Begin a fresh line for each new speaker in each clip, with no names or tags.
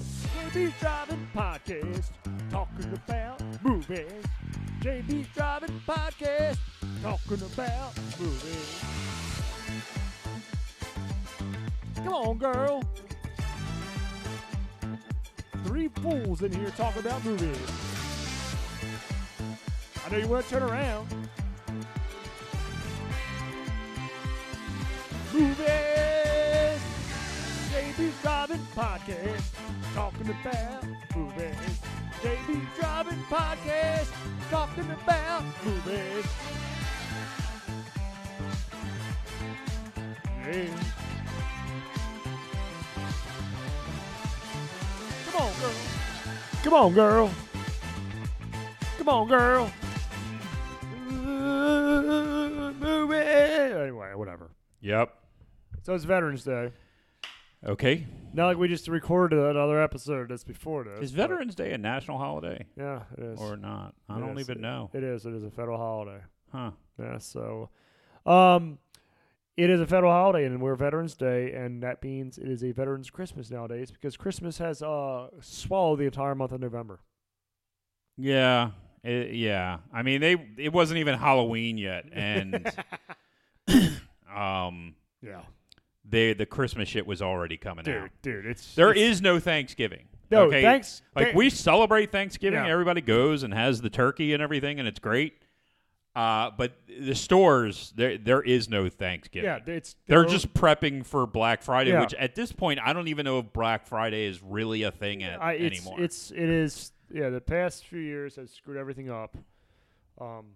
JB's Driving Podcast, talking about movies. JB's Driving Podcast, talking about movies. Come on, girl. Three fools in here talking about movies. I know you want to turn around. Movies. JB's Driving Podcast, talking about movies. JB's Driving Podcast, talking about movies. Yeah. Come on, girl. Come on, girl. Come on, girl. Uh, Move it. Anyway, whatever.
Yep.
So it's Veterans Day.
Okay.
Not like we just recorded another episode that's before this.
Is
but-
Veterans Day a national holiday
Yeah, it is.
or not? I
It
don't
is.
even know.
it is. It is a federal holiday.
Huh.
Yeah. So, um, it is a federal holiday, and we're Veterans Day, and that means it is a Veterans Christmas nowadays because Christmas has uh swallowed the entire month of November.
Yeah. It, yeah. I mean, they it wasn't even Halloween yet, and um,
Yeah.
they the Christmas shit was already coming out.
dude, dude, it's
There
it's-
is no Thanksgiving.
no
okay?
thanks.
Like
thank-
we celebrate Thanksgiving,
Yeah.
everybody goes and has the turkey and everything, and it's great. Uh, but the stores there there is no Thanksgiving.
yeah, it's
They're
there-
just prepping for Black Friday,
Yeah.
which at this point I don't even know if Black Friday is really a thing at,
I, it's,
anymore.
It's it is yeah. The past few years has screwed everything up. Um,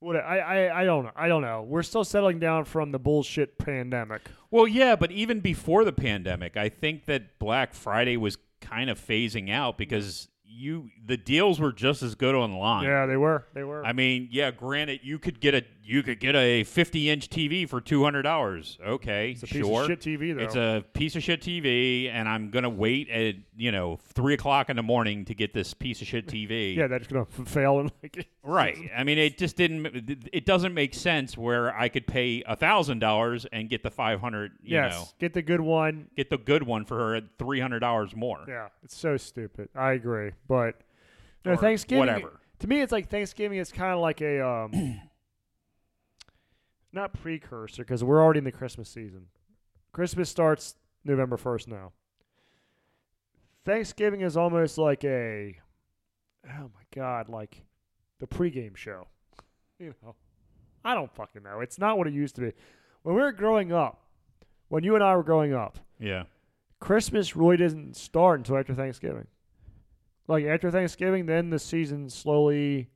what I, I I don't know. I don't know. We're still settling down from the bullshit pandemic.
well, yeah, but even before the pandemic, I think that Black Friday was kind of phasing out because you the deals were just as good online.
Yeah, they were. They were.
I mean, yeah, granted you could get a you could get a 50-inch TV for $200. Okay,
it's a piece
sure.
of shit TV though.
It's a piece of shit TV, and I'm gonna wait at you know three o'clock in the morning to get this piece of shit TV.
yeah, that's gonna f- fail and like.
Right. I mean, it just didn't. It doesn't make sense where I could pay a thousand dollars and get the five hundred. You
yes,
know,
get the good one.
get the good one for three hundred dollars more.
Yeah, it's so stupid. I agree, but no
or
Thanksgiving.
Whatever.
To me, it's like Thanksgiving is kind of like a um, not precursor because we're already in the Christmas season. Christmas starts November first now. Thanksgiving is almost like a oh my god, like the pregame show. You know, I don't fucking know. It's not what it used to be. When we were growing up, when you and I were growing up,
Yeah.
Christmas really doesn't start until after Thanksgiving. Like after Thanksgiving, then the season slowly,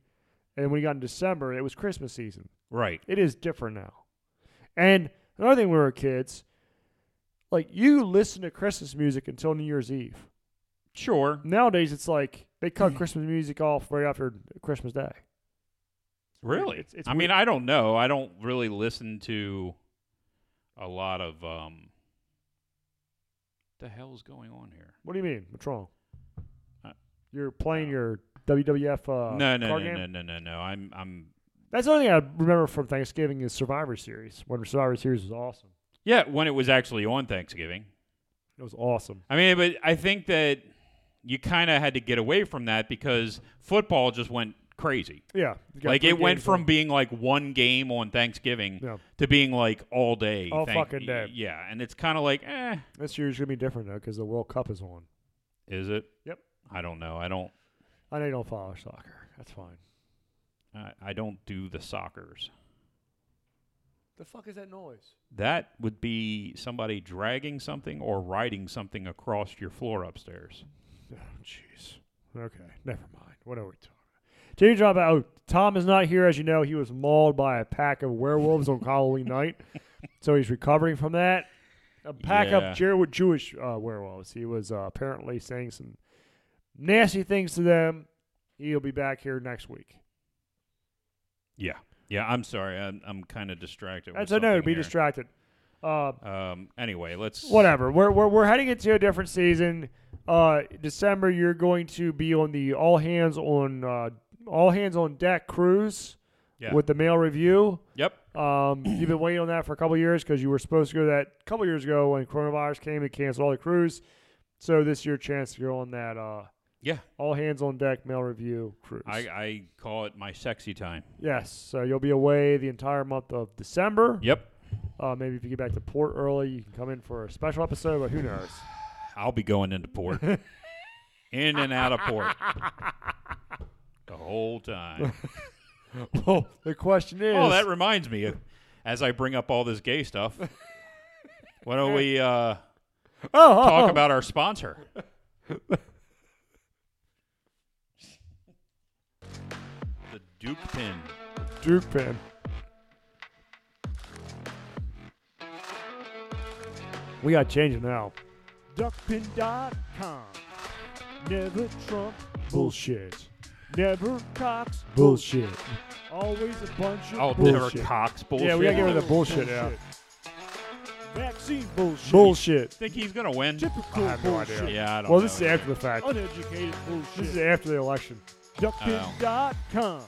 and when you got in December, it was Christmas season.
Right.
It is different now. And another thing, when we were kids, like you listen to Christmas music until New Year's Eve.
Sure.
Nowadays, it's like they cut Christmas music off right after Christmas Day.
Really.
It's- it's
I
weird.
mean, I don't know. I don't really listen to a lot of. um The hell's going on here?
What do you mean? What's wrong?
Uh,
You're playing
no.
your WWF uh,
no, no,
card
no,
game?
no, no, no, no. I'm, I'm.
That's the only thing I remember from Thanksgiving is Survivor Series. When Survivor Series was awesome.
Yeah, when it was actually on Thanksgiving.
It was awesome.
I mean, but I think that you kind of had to get away from that because football just went crazy.
Yeah. You got
like
three
it went
games
from
on-
being like one game on Thanksgiving
Yeah.
to being like all day.
All fucking day.
Yeah, and it's kind of like, eh,
This year's going to be different, though, because the World Cup is on.
is it?
Yep.
I don't know. I don't.
I know you don't follow soccer. That's fine.
I, I don't do the soccer's.
The fuck is that noise?
That would be somebody dragging something or riding something across your floor upstairs.
Oh, jeez. Okay. Never mind. What are we talking about? Did you drop out? Oh, Tom is not here. As you know, he was mauled by a pack of werewolves on Halloween night. So he's recovering from that. A pack
Yeah.
of Jew- Jewish uh, werewolves. He was uh, apparently saying some nasty things to them. He'll be back here next week.
Yeah. Yeah. I'm sorry. I'm, I'm kind of distracted. with
That's a no.
something
Be
here.
distracted. Uh,
Um. Anyway, let's.
whatever. We're, we're we're heading into a different season. Uh, December, you're going to be on the all hands on uh, all hands on deck cruise
Yeah.
with the mail review.
Yep.
Um, you've been waiting on that for a couple years because you were supposed to go that a couple years ago when coronavirus came and canceled all the cruise. So this your chance to go on that uh,
Yeah,
all hands on deck mail review cruise.
I, I call it my sexy time.
yes. So you'll be away the entire month of December.
Yep,
Uh, maybe if you get back to port early, you can come in for a special episode. But who knows?
I'll be going into port, in and out of port, the whole time.
well, Oh, the question is.
Oh, that reminds me. As I bring up all this gay stuff, why don't we uh,
Oh, oh,
talk
oh.
about our sponsor? the Duke Pin.
oh, Duke Pin. We got change now. Duckpin.com. Never Trump bullshit. Never Cox bullshit. Always a bunch of
Oh, never
bullshit.
Cox bullshit.
Yeah, we gotta get rid of the bullshit. Yeah.
Vaccine bullshit.
Bullshit.
Think he's gonna win?
Typical
I have no idea.
bullshit.
Yeah, I don't
Well,
know.
this is after the fact.
Uneducated bullshit.
This is after the election.
Duckpin.com.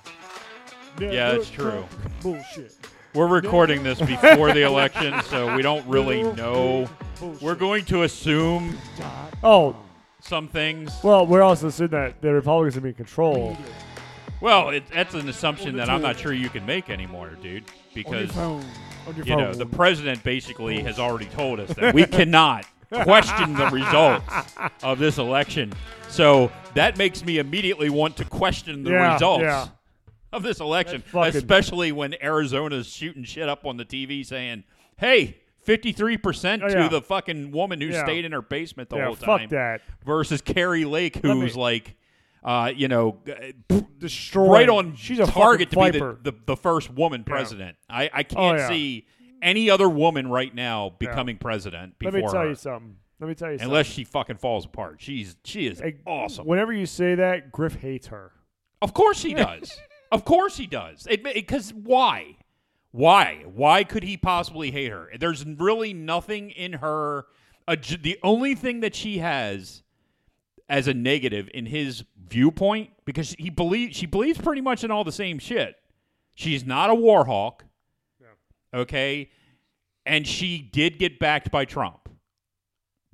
Yeah, it's true.
Never Trump Bullshit.
We're recording this before the election, so we don't really
Never
know.
Bullshit.
We're going to assume
Dot
Oh,
some things.
well, we're also assuming that the Republicans are in control.
media.
Well, it, that's an assumption
On
that
the
I'm not
tube.
sure you can make anymore, dude,
On your
because
phone.
On your
you know
phone.
the president basically has already told us that we cannot question the results of this election. So that makes me immediately want to question the
Yeah,
results.
yeah.
Of this election,
That's fucking-
especially when Arizona's shooting shit up on the TV saying, hey, 53%
Oh,
to
yeah.
the fucking woman who
Yeah.
stayed in her basement the
yeah,
whole time
fuck that.
versus Carrie Lake,
Let me-
who's like, uh, you know, g-
Destroy.
right on
She's a
target to
fucking
be
viper. Oh,
the, the, the first woman president. I, I can't
yeah.
see any other woman right now becoming president before
Let me tell
her,
you something. Let me tell you
unless she fucking falls apart. She's she is
something. Hey,
awesome.
Whenever you say that, Griff hates her.
Of course he does. of course he does. Because why? Why? Why could he possibly hate her? There's really nothing in her. A, j- the only thing that she has as a negative in his viewpoint, because he believes she believes pretty much in all the same shit. She's not a war hawk. Okay. And she did get backed by Trump.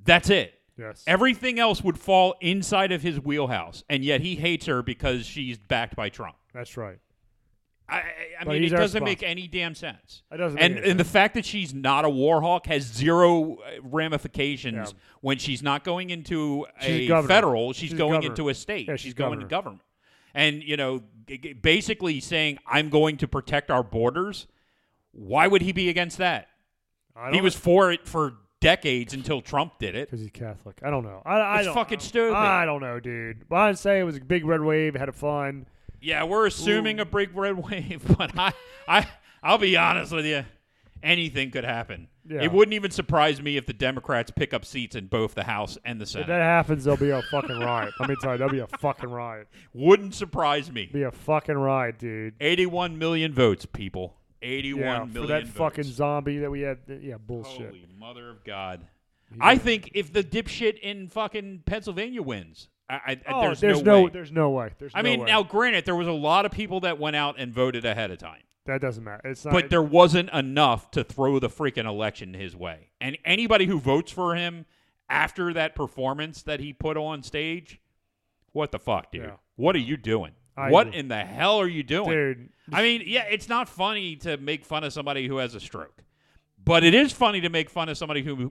That's it.
Yes.
Everything else would fall inside of his wheelhouse, and yet he hates her because she's backed by Trump.
That's right.
I, I- I
But
mean, it
he's our
doesn't make
sponsor.
any damn sense.
That doesn't.
And
make any
and the fact that she's not a war hawk has zero uh, ramifications
Yeah.
when she's not going into
She's a
a
governor.
federal, she's,
She's a
going
governor.
into a state.
Yeah,
she's,
she's
going to government. And you know, g- g- basically saying I'm going to protect our borders. Why would he be against that?
I don't
He was for it for decades until Trump did it.
because he's Catholic. I don't know. I, I
It's
don't.
fucking
I-
stupid.
I don't know, dude. But I'd say it was a big red wave. Had fun.
Yeah, we're assuming a big red wave, but I, I, I'll be honest with you, anything could happen.
Yeah.
It wouldn't even surprise me if the Democrats pick up seats in both the House and the
If
Senate.
that happens, there'll be a fucking riot. Let me tell you, there'll be a fucking riot.
wouldn't surprise me.
Be a fucking riot, dude.
Eighty-one million votes, people. Eighty-one
Yeah,
million
for that
votes.
fucking zombie that we had. Yeah, bullshit.
Holy mother of God! I think if the dipshit in fucking Pennsylvania wins, I, I, I-
oh,
there's,
no,
no. way.
there's no way. There's
I
no
mean,
way.
now granted, there was a lot of people that went out and voted ahead of time.
that doesn't matter. It's not.
but there wasn't enough to throw the freaking election his way. And anybody who votes for him after that performance that he put on stage, what the fuck, dude?
Yeah.
What are you doing?
I
what
agree.
in the hell are you doing?
dude.
I mean, yeah, it's not funny to make fun of somebody who has a stroke, but it is funny to make fun of somebody who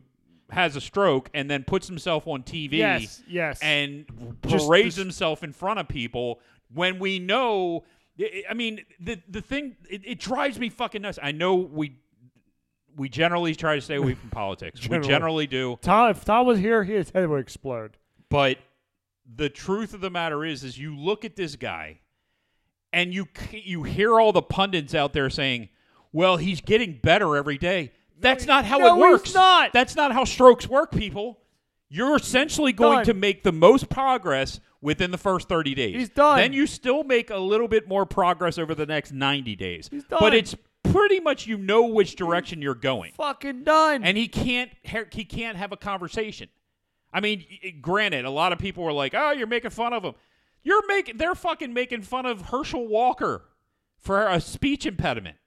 has a stroke and then puts himself on TV
Yes. Yes.
and
Just-
parades
just-
himself in front of people when we know. I- I mean, the the thing it, it drives me fucking nuts. I know we we generally try to stay away from politics.
Generally.
We generally do,
Tom, if Tom was here, his head would explode.
but the truth of the matter is, is you look at this guy, and you c- you hear all the pundits out there saying, "Well, he's getting better every day." That's not how
no,
it
he's
works.
not.
That's not how strokes work, people. You're essentially going
done.
to make the most progress within the first 30 days.
He's done.
Then you still make a little bit more progress over the next 90 days.
He's done.
But it's pretty much you know which direction you're going.
Fucking done.
And he can't ha- he can't have a conversation. I mean, y- granted, a lot of people were like, "Oh, you're making fun of him." You're making they're fucking making fun of Herschel Walker for a speech impediment.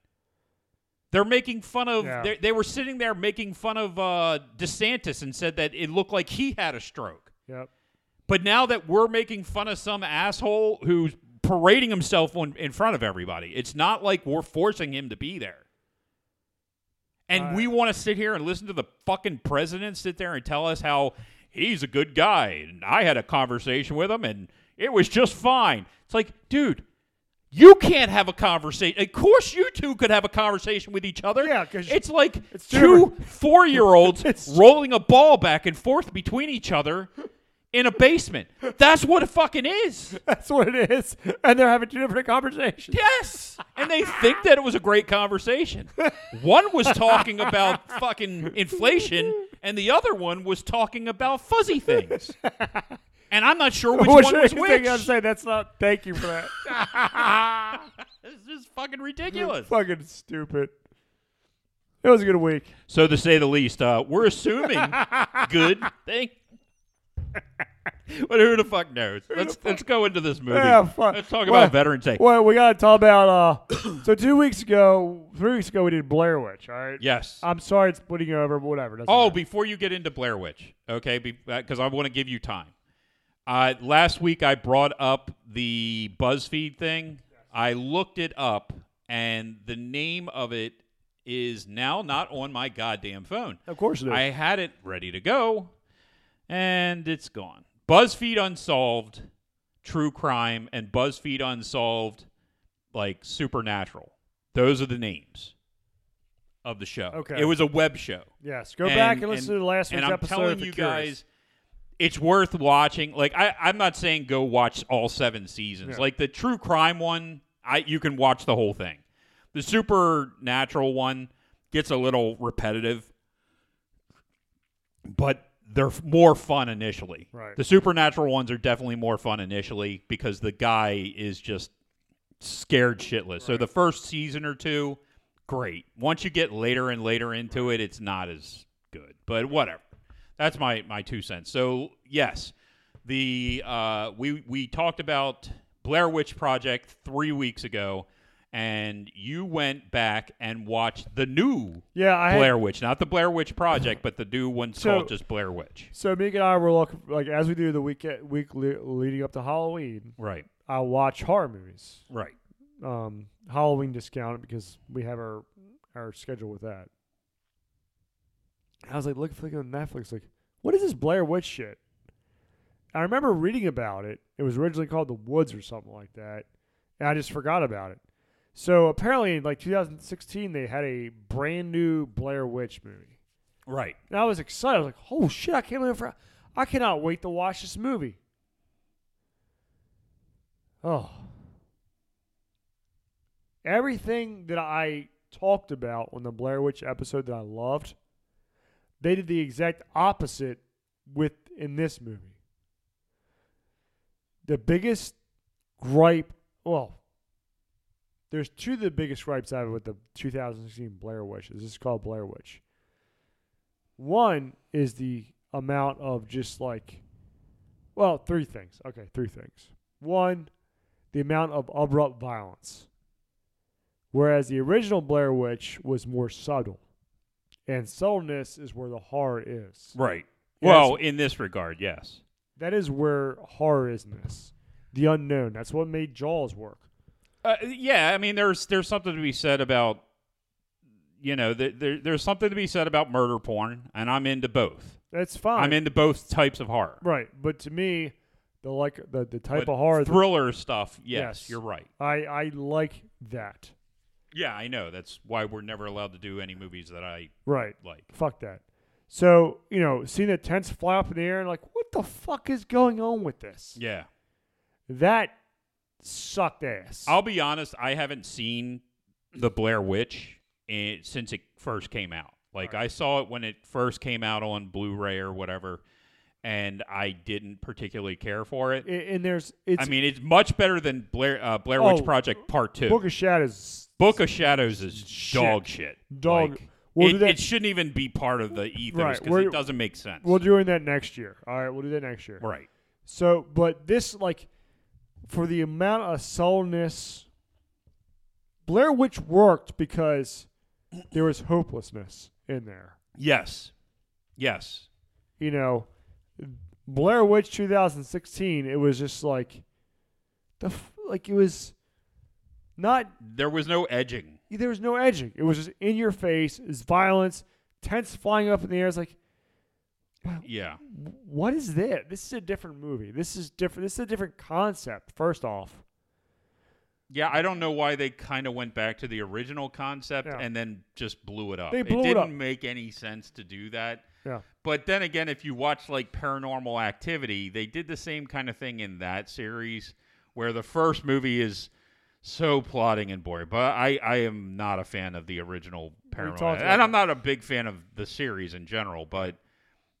They're making fun of
Yeah.
they they were sitting there making fun of uh, DeSantis and said that it looked like he had a stroke.
Yep.
But now that we're making fun of some asshole who's parading himself on, in front of everybody, it's not like we're forcing him to be there. And
Right.
we want to sit here and listen to the fucking president sit there and tell us how he's a good guy and I had a conversation with him and it was just fine. It's like, dude, you can't have a conversation. Of course, you two could have a conversation with each other.
Yeah, 'cause
it's like
it's
two
different.
four year olds
It's-
rolling a ball back and forth between each other in a basement. That's what it fucking is.
That's what it is. And they're having two different conversations.
Yes. And they think that it was a great conversation. One was talking about fucking inflation, and the other one was talking about fuzzy things. And I'm not sure which
What
one was
you think I'm
which.
saying? That's not. Thank you for that.
This is fucking ridiculous.
Fucking stupid. It was a good week.
So, to say the least, uh, we're assuming good thing. but who the fuck knows? Let's let's go into this movie.
Yeah, fuck.
Let's talk
Well-
about Veterans Day.
Well, we gotta talk about. uh So two weeks ago, three weeks ago, we did Blair Witch. All right.
Yes.
I'm sorry it's putting you over, but whatever. doesn't
oh,
matter.
before you get into Blair Witch, okay, because I want to give you time. Uh, last week I brought up the BuzzFeed thing. I looked it up, and the name of it is now not on my goddamn phone.
of course it is.
I had it ready to go, and it's gone. BuzzFeed Unsolved, True Crime, and BuzzFeed Unsolved, like Supernatural. Those are the names of the show.
Okay.
It was a web show.
yes. Go back and listen to the last week's
and I'm
episode.
telling
if you're
you
curious.
guys, it's worth watching. Like I, I'm not saying go watch all seven seasons.
Yeah.
Like the true crime one, I you can watch the whole thing. The supernatural one gets a little repetitive, but they're f- more fun initially.
Right.
The supernatural ones are definitely more fun initially because the guy is just scared shitless. So the first season or two, great. Once you get later and later into it, it's not as good. But whatever. That's my my two cents. So yes, the uh, we we talked about Blair Witch Project three weeks ago, and you went back and watched the new
Yeah, I had-
Blair Witch, not the Blair Witch Project, but the new one
So-
called just Blair Witch.
So Meek and I were looking like as we do the week week le- leading up to Halloween.
Right.
I watch horror movies.
Right.
Um, Halloween discounted because we have our our schedule with that. I was like looking flicking on Netflix, like what is this Blair Witch shit? I remember reading about it. It was originally called The Woods or something like that, and I just forgot about it. So apparently, in like 2016, they had a brand new Blair Witch movie.
Right.
And I was excited. I was like, "Oh shit! I can't wait for! I cannot wait to watch this movie." Oh, everything that I talked about on the Blair Witch episode that I loved, they did the exact opposite with in this movie. The biggest gripe, well, there's two of the biggest gripes I have with the 2016 Blair Witch. This is called Blair Witch. One is the amount of just like, well, three things. Okay, three things. One, the amount of abrupt violence. Whereas the original Blair Witch was more subtle. And subtleness is where the horror is.
Right.
Yeah,
Well, in this regard, yes.
That is where horror is in this. The unknown. That's what made Jaws work.
Uh, yeah, I mean, there's there's something to be said about, you know, there, there there's something to be said about murder porn, and I'm into both.
That's fine.
I'm into both types of horror.
Oh. right. But to me, the like the, the type
But
of horror that
thriller stuff. Yes,
Yes.
you're right.
I, I like that.
Yeah, I know. That's why we're never allowed to do any movies that I
Right.
like.
Fuck that. So, you know, seeing the tents fly up in the air and like, what the fuck is going on with this?
Yeah,
That sucked ass.
I'll be honest. I haven't seen the Blair Witch eh, since it first came out. Like I saw it when it first came out on Blu-ray or whatever, and I didn't particularly care for it.
A- and there's, it's,
I mean, it's much better than Blair uh, Blair Witch
Oh,
Project Part Two.
Book
Book,
of Shadows,
of Shadows is
Shit.
dog shit.
dog.
Like,
we'll do
it,
that.
it shouldn't even be part of the ethos
Right,
because
we're-
it doesn't make sense.
we'll do that next year. All right. We'll do that next year.
right.
So, but this, like, for the amount of soulness, Blair Witch worked because there was hopelessness in there.
Yes. Yes.
you know, Blair Witch 2016, it was just like the f- like it was not
There was no edging.
there was no edging. It was just in your face. It's violence, tents flying up in the air. It's like
Yeah.
what is this? This is a different movie. This is different. This is a different concept. First off,
Yeah, I don't know why they kind of went back to the original concept
Yeah.
and then just blew it up.
They
it
blew it
didn't
up.
make any sense to do that.
yeah,
But then again, if you watch like Paranormal Activity, they did the same kind of thing in that series where the first movie is so plotting and boring. But I, I am not a fan of the original
talked
Paranormal.
about
And I'm
that.
not a big fan of the series in general, but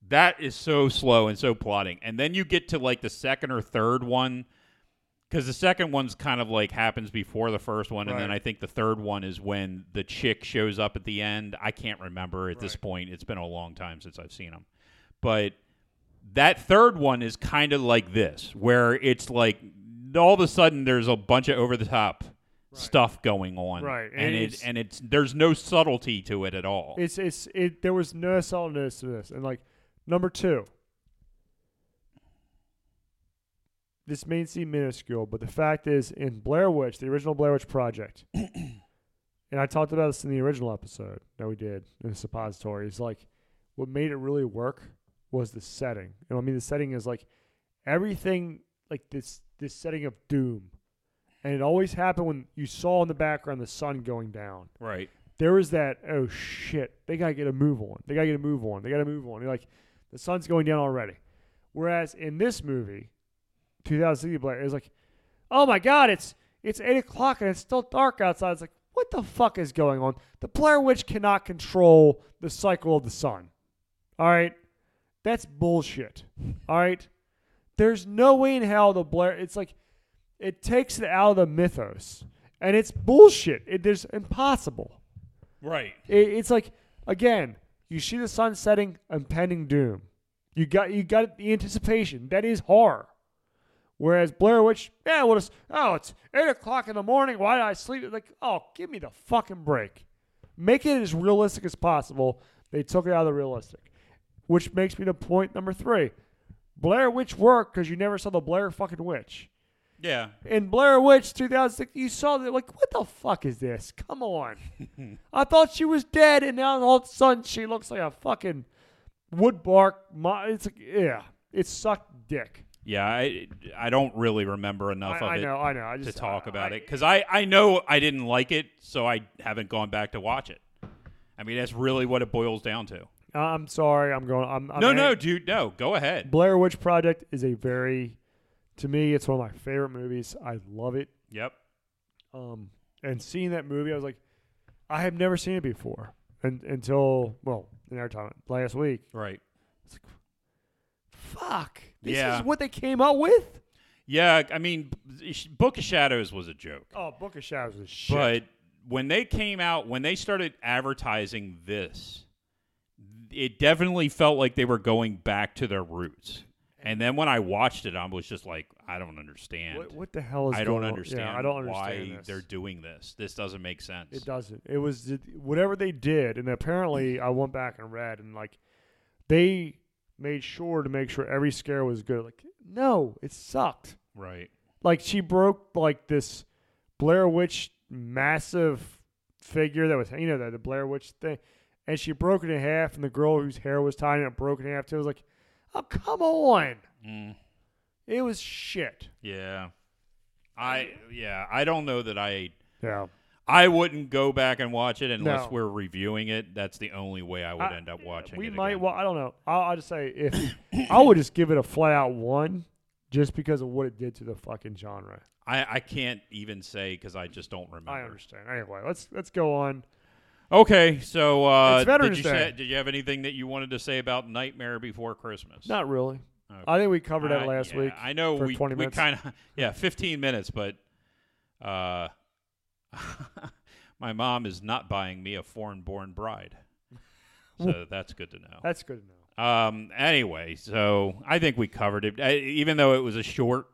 that is so slow and so plotting. And then you get to like the second or third one because the second one's kind of like happens before the first one, and then
Right.
I think the third one is when the chick shows up at the end. I can't remember at this
Right.
point. It's been a long time since I've seen them, but that third one is kind of like this, where it's like all of a sudden there's a bunch of over the top stuff going on,
Right,
And
and
it
it's-
and it's there's no subtlety to it at all.
it's it's it. There was no solidness to this. And like number two, this may seem minuscule, but the fact is, in Blair Witch, the original Blair Witch Project, and I talked about this in the original episode that we did in the suppository, is like what made it really work was the setting. And I mean, the setting is like everything, like this this setting of doom, and it always happened when you saw in the background the sun going down
right.
there was that oh shit they gotta get a move on they gotta get a move on they gotta move on you're like the sun's going down already whereas in this movie 2060 blair is like oh my god it's it's 8 o'clock and it's still dark outside it's like what the fuck is going on the blair witch cannot control the cycle of the sun all right that's bullshit all right there's no way in hell the blair it's like it takes it out of the mythos and it's bullshit it is impossible
Right.
it, it's like again, you see the sun setting, impending doom. You got you got the anticipation. That is horror. Whereas Blair Witch, yeah, we'll just oh, it's eight o'clock in the morning. Why did I sleep? It's Like, oh, give me the fucking break. Make it as realistic as possible. They took it out of the realistic, which makes me to point number three. Blair Witch worked because you never saw the Blair fucking witch.
Yeah.
In Blair Witch 2006, you saw that, like, what the fuck is this? Come on. I thought she was dead, and now all of a sudden she looks like a fucking wood bark. Mo- it's like, yeah, it sucked dick.
Yeah. I I don't really remember enough
I,
of
I
it.
know, I know. I just
to talk
I-
about
I-
it because I, I know I didn't like it, so I haven't gone back to watch it. I mean, that's really what it boils down to.
I'm sorry. I'm going. I'm, I'm
no,
ang-
no, dude, no. Go ahead.
Blair Witch Project is a very, to me, it's one of my favorite movies. I love it.
Yep.
Um, and seeing that movie, I was like, I have never seen it before, and until well, in our time last week.
Right.
Fuck. This
Yeah.
is what they came up with.
Yeah. I mean, b- sh- Book of Shadows was a joke,
Oh, Book of Shadows is shit.
but when they came out, when they started advertising this, it definitely felt like they were going back to their roots. And then when I watched it, I was just like, I don't understand.
what, what the hell is
I don't
going on?
understand.
Yeah, I don't understand
why
this.
they're doing this. This doesn't make sense.
It doesn't. It was th- whatever they did, and apparently I went back and read, and like they made sure to make sure every scare was good. Like no, it sucked.
Right.
Like she broke like this Blair Witch massive figure that was you know that the Blair Witch thing, and she broke it in half, and the girl whose hair was tied in it broke it in half too. It was like, oh come on,
Mm.
it was shit.
Yeah. I yeah, I don't know that I
Yeah.
I wouldn't go back and watch it unless
No.
we're reviewing it. That's the only way I would
I-
end up watching
we
it.
might.
again.
Well, I don't know. I'll, I'll just say if I would just give it a flat out one, just because of what it did to the fucking genre.
I, I can't even say because I just don't remember.
I understand. Anyway, let's let's go on.
Okay, so uh,
It's Veterans
did you
Day.
say- did you have anything that you wanted to say about Nightmare Before Christmas?
Not really.
Okay.
I think we covered that
Uh,
last
yeah,
week.
I know
for
we
20
we
minutes.
kind of yeah, 15 minutes, but uh, my mom is not buying me a foreign-born bride, so that's good to know.
That's good to know.
Um. Anyway, so I think we covered it. I, even though it was a short,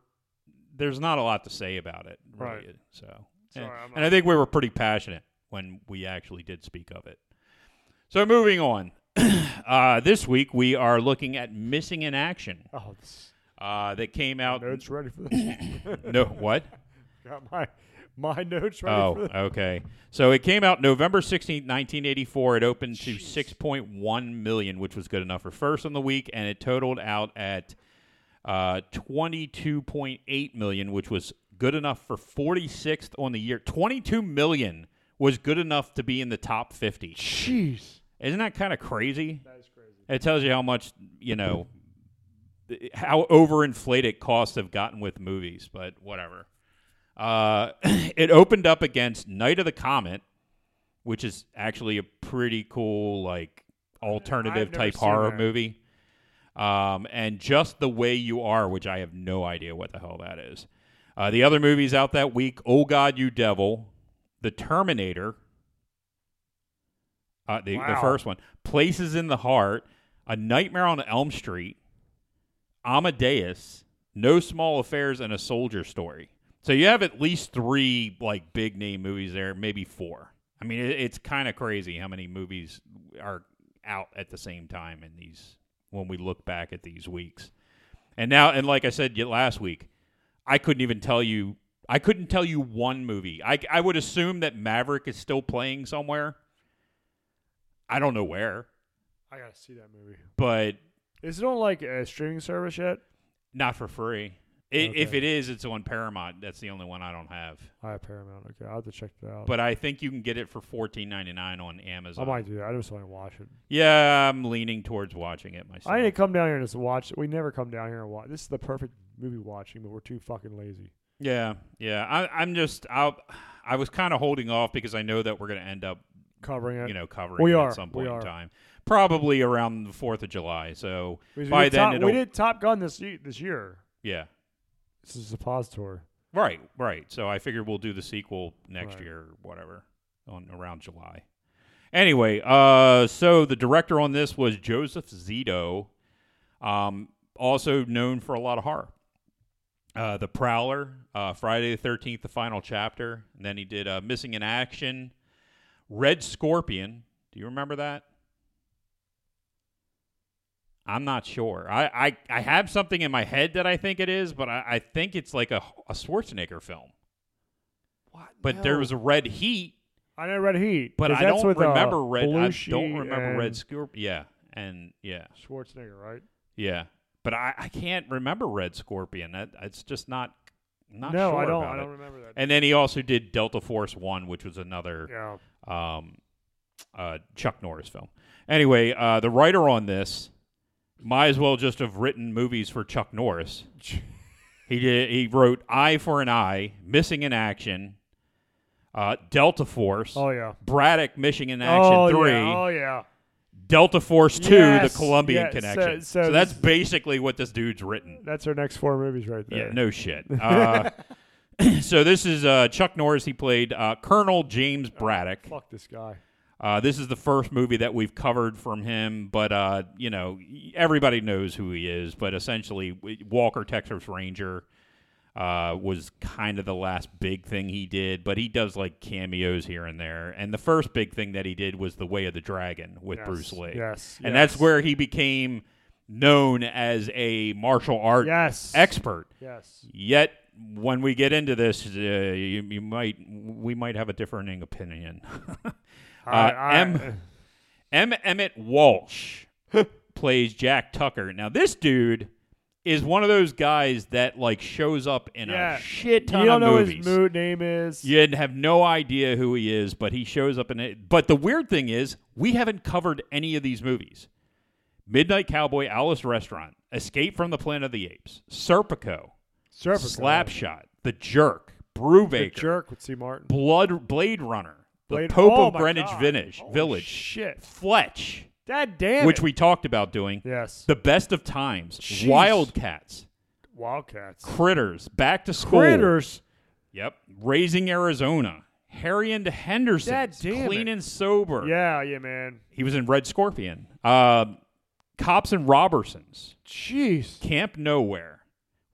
there's not a lot to say about it,
Right.
really. So,
Sorry,
and,
I'm
and I think we were pretty passionate when we actually did speak of it. So moving on, uh, this week we are looking at Missing in Action
Oh, this,
uh, that came out.
notes ready for this.
No, what?
Got my my notes ready for
Oh,
this.
okay. So it came out November 16th, 1984. It opened to 6.1 million, which was good enough for first on the week, and it totaled out at uh, 22.8 million, which was good enough for 46th on the year. 22 million was good enough to be in the top 50.
Jeez.
Isn't that kind of crazy? That is crazy. It tells you how much, you know, th- how overinflated costs have gotten with movies, but whatever. Uh, it opened up against Night of the Comet, which is actually a pretty cool, like,
never
alternative type
seen
horror
that.
movie. Um, and Just the Way You Are, which I have no idea what the hell that is. Uh, the other movies out that week Oh God, You Devil, The Terminator, uh, the, the
Wow.
first one. Places in the Heart, A Nightmare on Elm Street, Amadeus, No Small Affairs, and A Soldier Story. So you have at least three like big name movies there, maybe four. I mean, it, it's kind of crazy how many movies are out at the same time in these when we look back at these weeks. And now, and like I said y- last week, I couldn't even tell you. I couldn't tell you one movie. I, I would assume that Maverick is still playing somewhere. I don't know where,
I gotta see that movie.
but
Is it on like a streaming service yet?
not for free. I If
Okay.
it is, it's on Paramount. That's the only one I don't have.
I have Paramount. Okay, I'll have to check that out.
But I think you can get it for fourteen ninety nine on
I
Amazon.
might do that. I just want to watch it.
yeah, I'm leaning towards watching it myself.
I need to come down here and just watch. it. We never come down here and watch. This is the perfect movie watching, but we're too fucking lazy.
yeah, yeah. I, I'm just I I was kind of holding off because I know that we're going to end up
Covering it.
you know covering
We
it
are,
at some
we
point in
are.
time, probably around the Fourth of July. So
We- we
by
did
then
top,
it'll
we did Top Gun this ye- this year.
yeah
This is a pause tour.
right right. So I figured we'll do the sequel next
Right.
year or whatever on around July. Anyway, uh, so the director on this was Joseph Zito, um, also known for a lot of horror. Uh, the Prowler, uh, Friday the 13th, the final chapter. And then he did uh, Missing in Action, Red Scorpion. Do you remember that? I'm not sure. I, I, I have something in my head that I think it is, but I, I think it's like a, a Schwarzenegger film.
What?
But there was a Red Heat,
I know Red Heat,
but
'cause
I
that's
don't
with, uh,
remember Red. I don't
Belushi
remember Red
and
Scorpion. Yeah, and yeah,
Schwarzenegger, right?
yeah. But I, I can't remember Red Scorpion. That it's just not not
no,
sure
I don't.
about
I
it.
don't remember that.
And then he also did Delta Force One, which was another
yeah,
um, uh, Chuck Norris film. Anyway, uh, the writer on this might as well just have written movies for Chuck Norris. He did. He wrote Eye for an Eye, Missing in Action, uh, Delta Force.
oh yeah,
Braddock, Mission in Action
oh,
Three,
Yeah. Oh yeah,
Delta Force Two,
Yes,
the Colombian
yes, so-
Connection. So,
so
that's
this-
basically what this dude's written.
that's our next four movies right there.
Yeah, no shit. Uh, so this is uh, Chuck Norris. He played uh, Colonel James
Uh,
Braddock.
Fuck this guy.
Uh, this is the first movie that we've covered from him, but uh, you know everybody knows who he is. But essentially, w- Walker Texas Ranger uh, was kind of the last big thing he did. But he does like cameos here and there. And the first big thing that he did was The Way of the Dragon with
Yes,
Bruce Lee.
Yes,
and
yes,
that's where he became known as a martial art
yes,
expert.
yes.
Yet, when we get into this, uh, you, you might we might have a differing opinion. Uh, M. M. Emmett Walsh plays Jack Tucker. Now, this dude is one of those guys that like shows up in
Yeah.
a shit ton
you don't
of
know
movies.
his mood name is.
You have no idea who he is, but he shows up in it. But the weird thing is, we haven't covered any of these movies: Midnight Cowboy, Alice Restaurant, Escape from the Planet of the Apes, Serpico,
Surfer guy.
Slapshot, The Jerk, Brubaker,
The jerk with C. Martin.
Blood Blade Runner, The
Blade-
Pope
oh
of
my
Greenwich
God.
Village,
Holy
Village,
Shit.
Fletch,
God damn
which
it.
we talked about doing,
Yes.
The Best of Times,
Jeez.
Wildcats,
Wildcats.
Critters, Back to School,
Critters.
Yep, Raising Arizona, Harry and the Hendersons,
God damn it.
Clean and Sober.
Yeah, yeah, man.
He was in Red Scorpion, uh, Cops and Robertsons,
Jeez.
Camp Nowhere,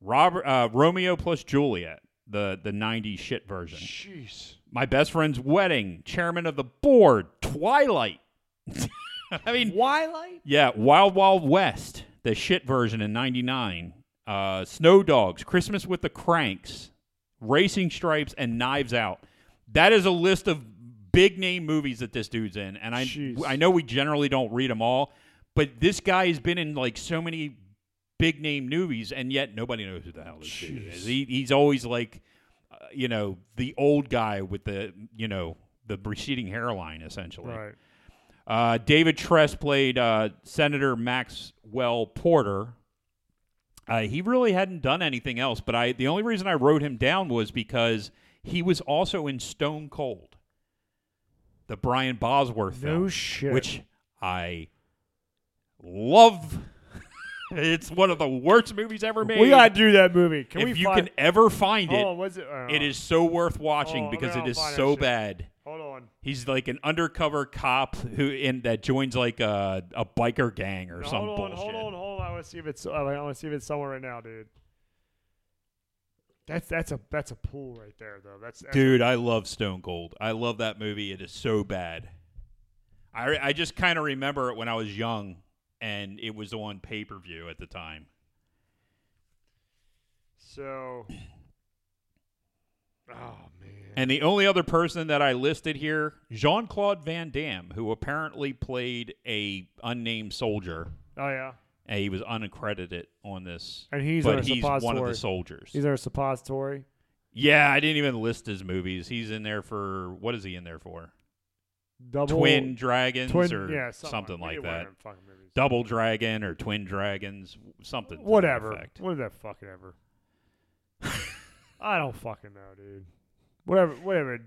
Robert, uh, Romeo plus Juliet, the the '90s shit version.
Jeez.
My Best Friend's Wedding, Chairman of the Board, Twilight. I mean,
Twilight?
yeah, Wild Wild West, the shit version in '99. Uh, Snow Dogs, Christmas with the Cranks, Racing Stripes, and Knives Out. That is a list of big name movies that this dude's in, and I
Jeez.
I know we generally don't read them all, but this guy has been in like so many big name movies, and yet nobody knows who the hell this dude is. He, he's always like, uh, you know, the old guy with the you know the receding hairline, essentially.
Right.
Uh, David Tress played uh, Senator Maxwell Porter. Uh, he really hadn't done anything else, but I the only reason I wrote him down was because he was also in Stone Cold, the Brian Bosworth
No
film,
shit.
which I love. it's one of the worst movies ever made.
We gotta do that movie. Can
if
we
you
find,
can ever find it,
hold on, what's it? uh,
it is so worth watching
Oh,
because
man,
it
I'll
is
find that
so
shit.
bad.
Uh, Hold on.
He's like an undercover cop who in that joins like a, a biker gang or
No,
some
hold on,
bullshit.
hold on, hold on. I want to see if it's. I want to see if it's somewhere right now, dude. That's that's a that's a pool right there, though. That's, that's
Dude, I love Stone Cold. I love that movie. It is so bad. I I just kind of remember it when I was young and it was on pay-per-view at the time.
So. Oh man.
And the only other person that I listed here, Jean-Claude Van Damme, who apparently played a unnamed soldier.
Oh yeah.
And he was unaccredited on this.
And he's on
but
a
he's one of
suppository.
the soldiers.
These are suppository.
Yeah, I didn't even list his movies. He's in there for what is he in there for?
Double
Twin Dragons
twin-
or
yeah,
something
We
like
get one of
that.
them fucking movies.
Double Dragon or Twin Dragons, something. to that
Whatever.
effect.
What is that fucking ever? I don't fucking know, dude. Whatever, whatever.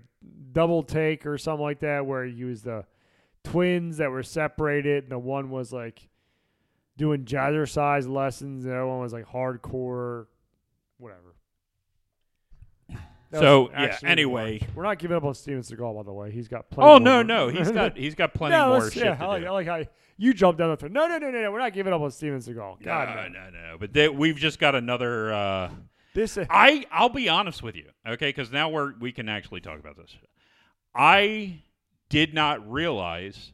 Double take or something like that, where you was the twins that were separated, and the one was like doing jazzercise lessons, and the other one was like hardcore, whatever. That
So,
was
yeah,
actually
anyway.
March. we're not giving up on Steven Seagal, by the way. He's got plenty.
Oh
more
no,
work.
no, he's got he's got plenty
no,
more
let's-
shit.
Yeah, oh,
to
I like,
do.
I like how you jumped down the throat. No, no, no, no, no. We're not giving up on Steven Seagal. God, no.
no, no, no. But they, we've just got another. Uh,
This is,
I I'll be honest with you, okay? Because now we're we can actually talk about this. I did not realize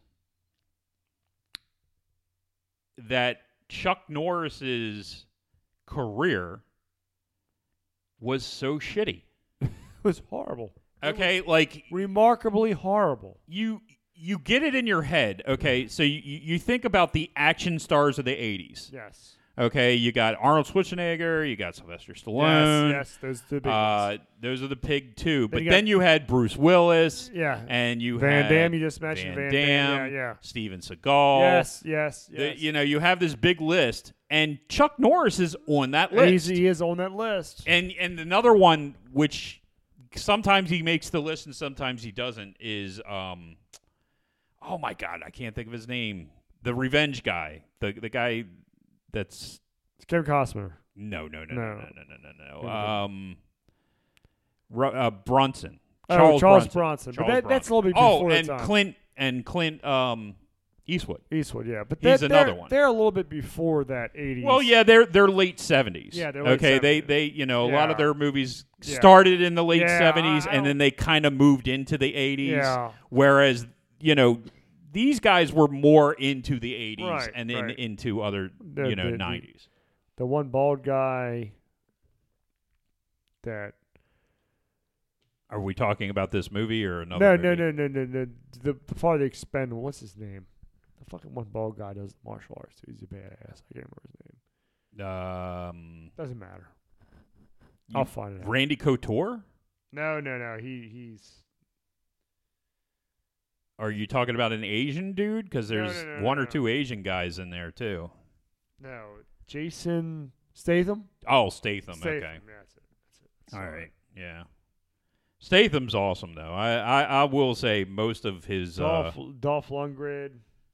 that Chuck Norris's career was so shitty.
was horrible.
Okay, like
Remarkably horrible.
you you get it in your head. Okay, so you you you think about the action stars of the '80s.
Yes.
Okay, you got Arnold Schwarzenegger, you got Sylvester Stallone.
Yes, yes. Those two big ones.
Uh, those are the pig two. But
you got-
then you had Bruce Willis,
Yeah.
and you
Van
had
Damme, you just mentioned Van Damme, yeah, yeah.
Steven Seagal.
yes, yes,
The-
yes.
you know, you have this big list, and Chuck Norris is on that list.
He's, he is on that list.
And and another one which sometimes he makes the list and sometimes he doesn't is um oh my god, I can't think of his name. The revenge guy. The the guy that's
It's Kim Costner.
no, no, no, no,
No.
no, no, no, no, no. Um, Ru- uh, Bronson,
Oh,
Charles,
Charles Bronson.
Bronson.
But that- that's a little bit
Oh,
before the
and
time.
Clint and Clint um, Eastwood.
Eastwood, yeah. But
He's
that-
another
they're,
one.
They're a little bit before that 80s.
Well, yeah, they're they're late seventies.
Yeah, they're late
okay. They
70s.
they you know a lot
Yeah.
of their movies
Yeah.
started in the late
Yeah,
seventies
I
and then they kind of moved into the eighties.
Yeah.
Whereas you know these guys were more into the eighties
Right,
and then
right.
into other
The-
you know
the- the-
nineties.
The one bald guy that.
Are we talking about this movie or another?
No,
movie?
no, no, no, no, no. The, the part of the expend, what's his name? The fucking one bald guy does martial arts. He's a badass. I can't remember his name.
Um,
Doesn't matter.
You-
I'll find it. out.
Randy Couture?
No, no, no. He he's
Are you talking about an Asian dude? Because
No, no,
there's
no, no,
one or
no.
two Asian guys in there too.
no Jason Statham.
Oh, Statham. Okay.
Statham, yeah, that's it. That's it.
All
Sorry.
right. Yeah. Statham's awesome though. I, I, I will say most of his
Dolph
Dolph, uh,
Dolph Lundgren,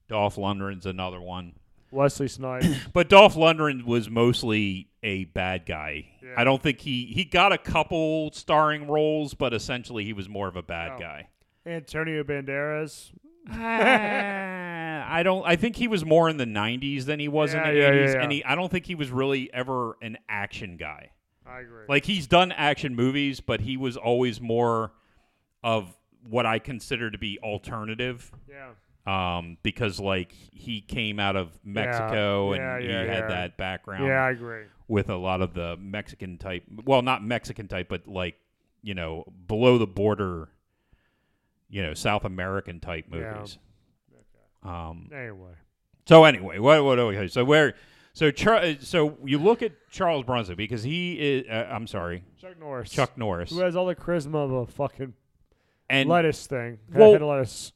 Dolph Lundgren's another one,
Wesley Snipes.
but Dolph Lundgren was mostly a bad guy.
Yeah.
I don't think he he got a couple starring roles, but essentially he was more of a bad
Oh.
guy.
Antonio Banderas.
Ah, I don't. I think he was more in the '90s than he was
Yeah,
in the
yeah, yeah,
'80s, and
yeah.
he, I don't think he was really ever an action guy.
I agree.
Like he's done action movies, but he was always more of what I consider to be alternative.
yeah,
um, because like he came out of Mexico
yeah,
and
yeah,
he had
yeah.
that background
Yeah, I agree.
with a lot of the Mexican type. Well, not Mexican type, but like you know, below the border, you know, South American type
Yeah.
movies. Um,
Anyway,
so anyway, what what okay? So where? So Char- so you look at Charles Bronson because he is. Uh, I'm sorry,
Chuck Norris.
Chuck Norris.
Who has all the charisma of a fucking
And
lettuce thing?
Well-
Head of lettuce.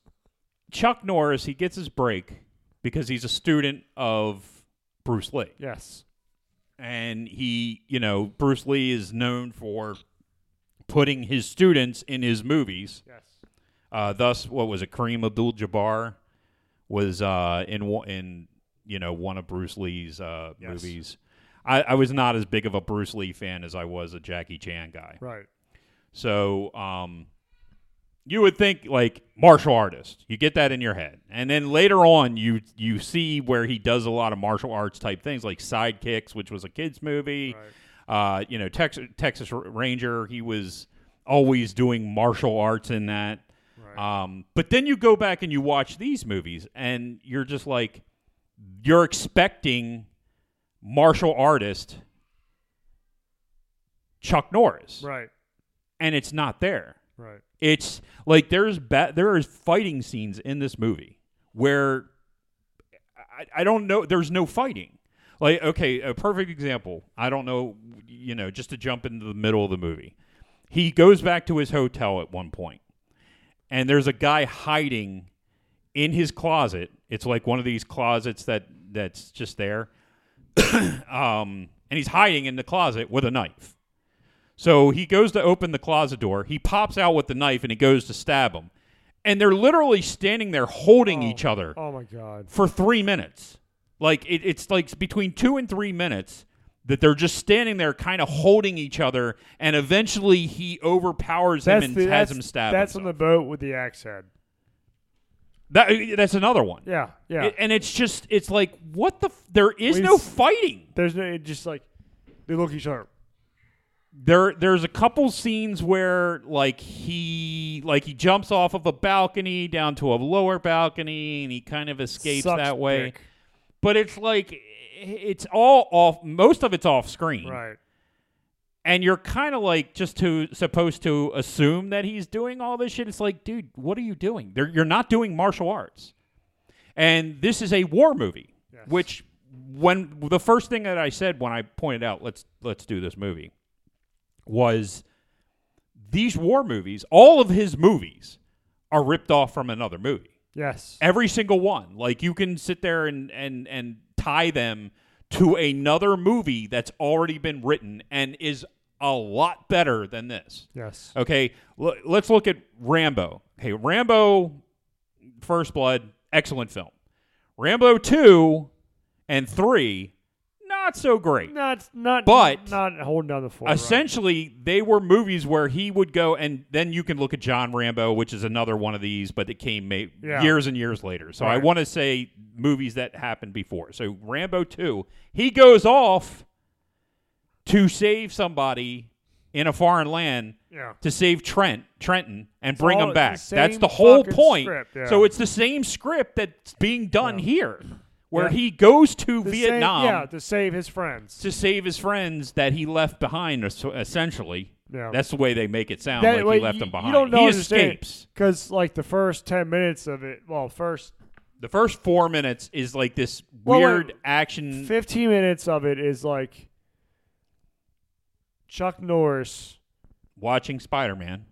Chuck Norris, he gets his break because he's a student of Bruce Lee.
Yes.
and he you know bruce lee is known for putting his students in his movies
Yes.
uh, thus what was it kareem abdul-jabbar was uh, in one- in you know one of bruce lee's uh,
Yes.
movies I, I was not as big of a bruce lee fan as i was a jackie chan guy
Right.
so um, you would think like martial artist. You get that in your head, and then later on, you you see where he does a lot of martial arts type things, like Sidekicks, which was a kids movie. Uh, you know, Texas Texas R- Ranger. He was always doing martial arts in that. Um, but then you go back and you watch these movies, and you're just like, you're expecting martial artist Chuck Norris
Right.
and it's not there.
Right.
It's like there's ba- there is fighting scenes in this movie where I, I don't know. There's no fighting. Like okay, a perfect example. I don't know. You know, just to jump into the middle of the movie, he goes back to his hotel at one point, and there's a guy hiding in his closet. It's like one of these closets that that's just there. um, and he's hiding in the closet with a knife. So he goes to open the closet door. He pops out with the knife and he goes to stab him. And they're literally standing there holding
Oh.
each other
Oh my God.
for three minutes. Like it, it's like between two and three minutes that they're just standing there, kind of holding each other, and eventually he overpowers him and
the-
has him stabbed.
That's on the boat with the axe head.
that, uh, that's another one.
Yeah. Yeah.
It- and it's just it's like what the f- there is
Well,
no
he's-
fighting.
There's no. It just like they look at each other.
There there's a couple scenes where like he like he jumps off of a balcony down to a lower balcony and he kind of escapes
Sucks
that way.
dick.
But it's like it's all off. Most of it's off screen.
Right.
and you're kind of like just to supposed to assume that he's doing all this shit. It's like, dude, what are you doing? They're, you're not doing martial arts, and this is a war movie.
Yes.
Which when the first thing that I said when I pointed out let's let's do this movie was these war movies. All of his movies are ripped off from another movie
Yes.
every single one like you can sit there and and and tie them to another movie that's already been written and is a lot better than this
Yes.
okay l- let's look at rambo hey rambo first blood excellent film rambo 2 and 3 not so great
Not. Not.
But-
not holding down the fort. right.
Essentially, they were movies where he would go, and then you can look at John Rambo, which is another one of these, but it came ma-
Yeah.
years and years later. So I
Right.
want to say movies that happened before. So Rambo 2, he goes off to save somebody in a foreign land
Yeah.
to save Trent, Trenton, and bring
all
him back.
the
That's
same
the whole
fucking
point.
script, yeah.
So it's the same script that's being done here, where
Yeah.
he goes
To
to
save-
Vietnam
yeah. To save his friends.
to save his friends that he left behind, es- essentially.
Yeah.
That's the way they make it sound
That
like
way
he left
you-
them behind.
You don't know
he
understand,
escapes.
Cause like the first ten minutes of it, well, first
The first four minutes is like this
Well, wait.
weird action.
15 minutes of it is like Chuck Norris
watching Spider Man.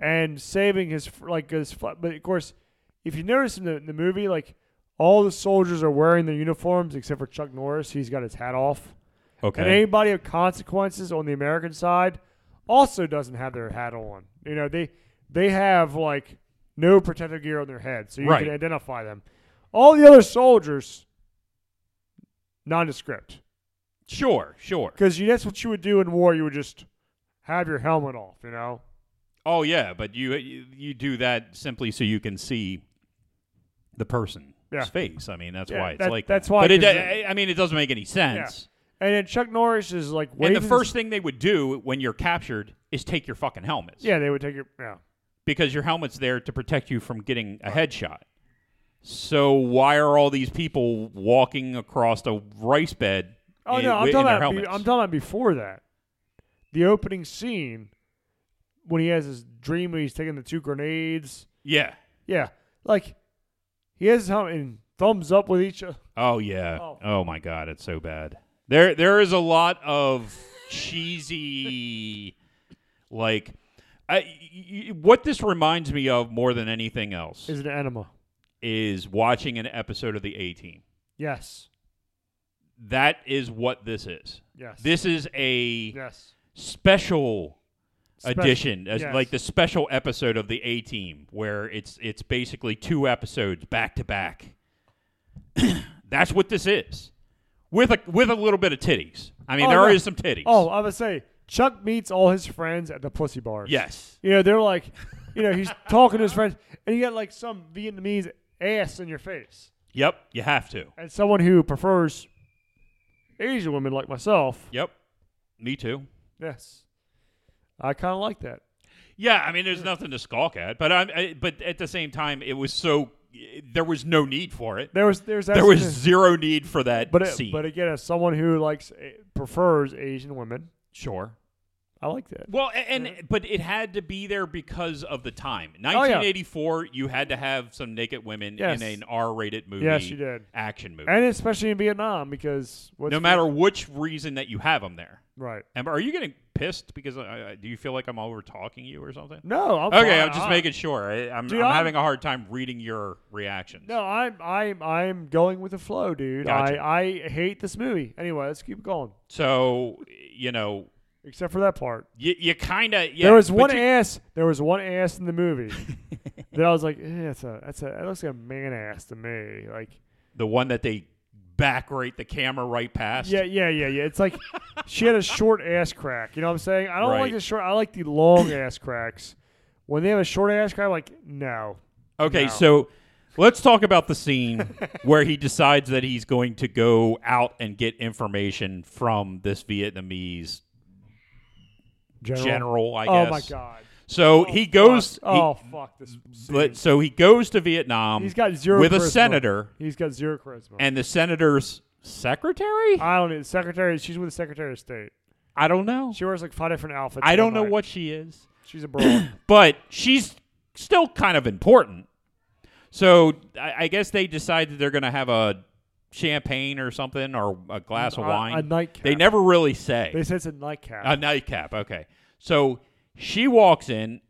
and saving his fr- like his fl- but of course if you notice in the, in the movie like all the soldiers are wearing their uniforms except for Chuck Norris he's got his hat off and
Okay.
anybody of consequences on the American side also doesn't have their hat on you know they they have like no protective gear on their head so you
Right.
can identify them all the other soldiers nondescript
Sure, sure.
because that's what you would do in war. You would just have your helmet off, you know.
Oh yeah, but you you do that simply so you can see the person's
Yeah.
face. I mean, that's
Yeah,
why it's
that-
like
that's
that.
why,
But it,
'cause
I,
it-
I mean, it doesn't make any sense.
And then Chuck Norris is like
And
waving.
the first thing they would do when you're captured is take your fucking helmets.
yeah, they would take your yeah,
because your helmet's there to protect you from getting a headshot. So why are all these people walking across a rice bed?
Oh
in,
no, I'm
in
talking
their
about be-
helmets?
I'm talking about before that. The opening scene when he has his dream and he's taking the two grenades.
yeah.
Yeah, like he has his helmet and thumbs up with each. other.
Oh yeah.
Oh.
Oh. my god, it's so bad. There there is a lot of cheesy like I, y- y- what this reminds me of more than anything else
Is an enema.
is watching an episode of the A Team.
Yes.
That is what this is.
Yes.
This is a
Yes.
special
Special-
edition, as
yes.
like the special episode of the A Team, where it's it's basically two episodes back to back. That's what this is, with a with a little bit of titties. I mean,
Oh,
there
no.
is some titties.
Oh, I would say Chuck meets all his friends at the pussy bars.
yes,
You know they're like, you know he's talking to his friends and you got like some Vietnamese ass in your face
yep, you have to.
and someone who prefers Asian women like myself.
Yep, me too.
Yes. I kind of like that.
Yeah, I mean, there's nothing to skulk at, but I'm, I, but at the same time, it was so there was no need for it.
There was there's
There was
actually-
zero need for that
but it-
scene.
but again, as someone who likes eh, prefers Asian women,
sure.
I like that.
Well, a- and, and but it had to be there because of the time.
Oh, yeah.
1984, you had to have some naked women
Yes.
in an R-rated movie.
Yes, you did.
Action movie.
And especially in Vietnam because what's
no matter which reason that you have them there.
right.
And are you getting pissed because I, I- do you feel like I'm over talking you or something?
No, I'm
okay,
fine.
I'm just
I-
making sure. I, I'm,
Dude,
I'm
I'm-
having a hard time reading your reactions.
No, I'm I'm I'm going with the flow, dude.
Gotcha.
I I hate this movie. Anyway, let's keep going.
So you know,
Except for that part.
you, you kind of yeah,
there was
but
one
you-
ass. There was one ass in the movie that I was like, eh, that's a that's a that looks like a man ass to me. Like,
the one that they back rate the camera right past.
yeah, yeah, yeah, yeah. It's like she had a short ass crack. You know what I'm saying? I don't like
Right.
the short. I like the long ass cracks. When they have a short ass crack, I'm like no.
Okay,
No.
so let's talk about the scene where he decides that he's going to go out and get information from this Vietnamese
General.
general, I
oh
guess.
my god.
So he goes
Fuck. oh fuck this.
he, let- so he goes to Vietnam
He's got zero
with a
charisma.
senator
He's got zero charisma.
and the senator's secretary? I,
I don't know. Secretary. She's with the Secretary of State.
don't know.
She wears like five different outfits.
I
all
don't know
night.
what she is.
She's a broad.
but she's still kind of important. So I, I guess they decide that they're going to have a champagne or something or a glass of
A-
wine.
Uh, a nightcap.
They never really say
they said it's a nightcap.
a nightcap. Okay, so she walks in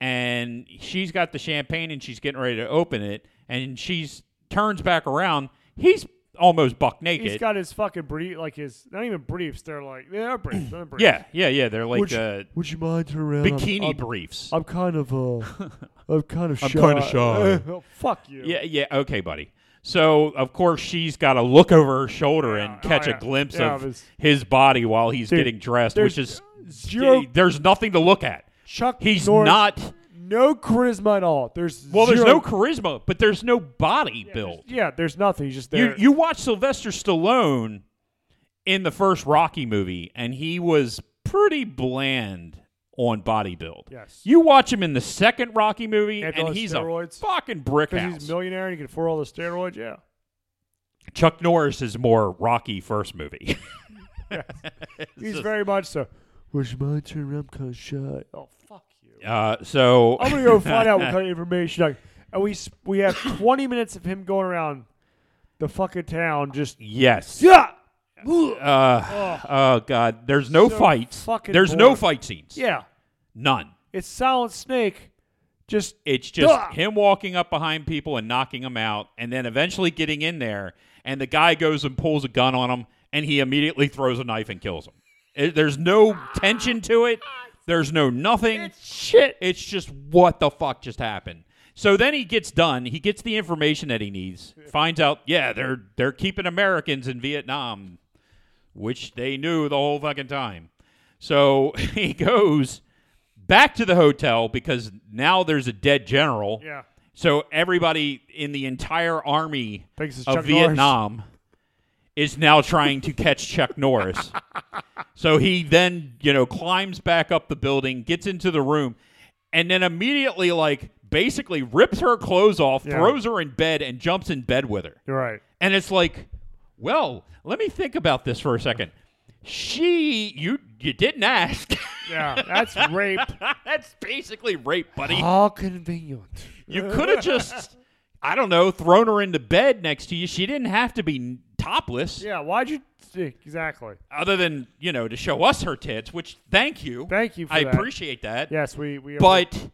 and she's got the champagne and she's getting ready to open it, and she's turns back around. He's almost buck naked.
He's got his fucking brief, like his not even briefs. They're like they're briefs. They're briefs.
yeah, yeah, yeah. They're like uh,
Would you mind turning around? I'm-
bikini
I'm,
briefs.
I'm kind of uh, I'm kind of shy.
I'm kinda shy.
Oh, fuck you.
Yeah, yeah, okay, buddy. So of course she's got to look over her shoulder
Yeah,
and catch
oh, yeah.
a glimpse
Yeah, of
of
his-
his, body while he's
Dude,
getting dressed,
there's
which is
zero-
There's nothing to look at.
Chuck.
He's
Norris,
not.
no charisma at all. There's
Well, there's
zero-
no charisma, but there's no body build.
Yeah, there's nothing. He's just
You
there.
you watch Sylvester Stallone in the first Rocky movie, and he was pretty bland on body build.
Yes.
You watch him in the second Rocky movie,
And
and,
on
he's
steroids.
a fucking brick
because
house.
he's a millionaire and he can afford all the steroids. Yeah.
Chuck Norris is more Rocky first movie.
He's very much so.
Would you mind turning around? I'm kind of shy.
Oh fuck you.
Uh, so
I'm gonna go find out what kind of information. I, and we s- we have 20 minutes of him going around the fucking town just
yes.
yeah.
Uh, oh. God, there's no
So
fights.
fucking
There's no
bored.
fight scenes.
Yeah.
None.
It's Silent Snake. Just
It's just
Ugh.
him walking up behind people and knocking them out, and then eventually getting in there, and the guy goes and pulls a gun on him, and he immediately throws a knife and kills him. It- there's no tension to it. There's no nothing.
shit.
It's just what the fuck just happened. So then he gets done. He gets the information that he needs. Finds out, yeah, they're they're keeping Americans in Vietnam, which they knew the whole fucking time. So he goes back to the hotel because now there's a dead general.
Yeah.
So everybody in the entire army
Thanks to
of
Chuck
Vietnam is now trying to catch Chuck Norris. so he then, you know, climbs back up the building, gets into the room, and then immediately like basically rips her clothes off,
Yeah.
throws her in bed, and jumps in bed with her.
You're right.
And it's like, well, let me think about this for a second. She, you, you didn't ask.
Yeah, that's rape.
That's basically rape, buddy.
How convenient.
You could have just, I don't know, thrown her into bed next to you. She didn't have to be topless,
Yeah, why'd you exactly?
other than you know to show us her tits. Which, thank you,
Thank you for
I
that.
appreciate that.
Yes, we we
but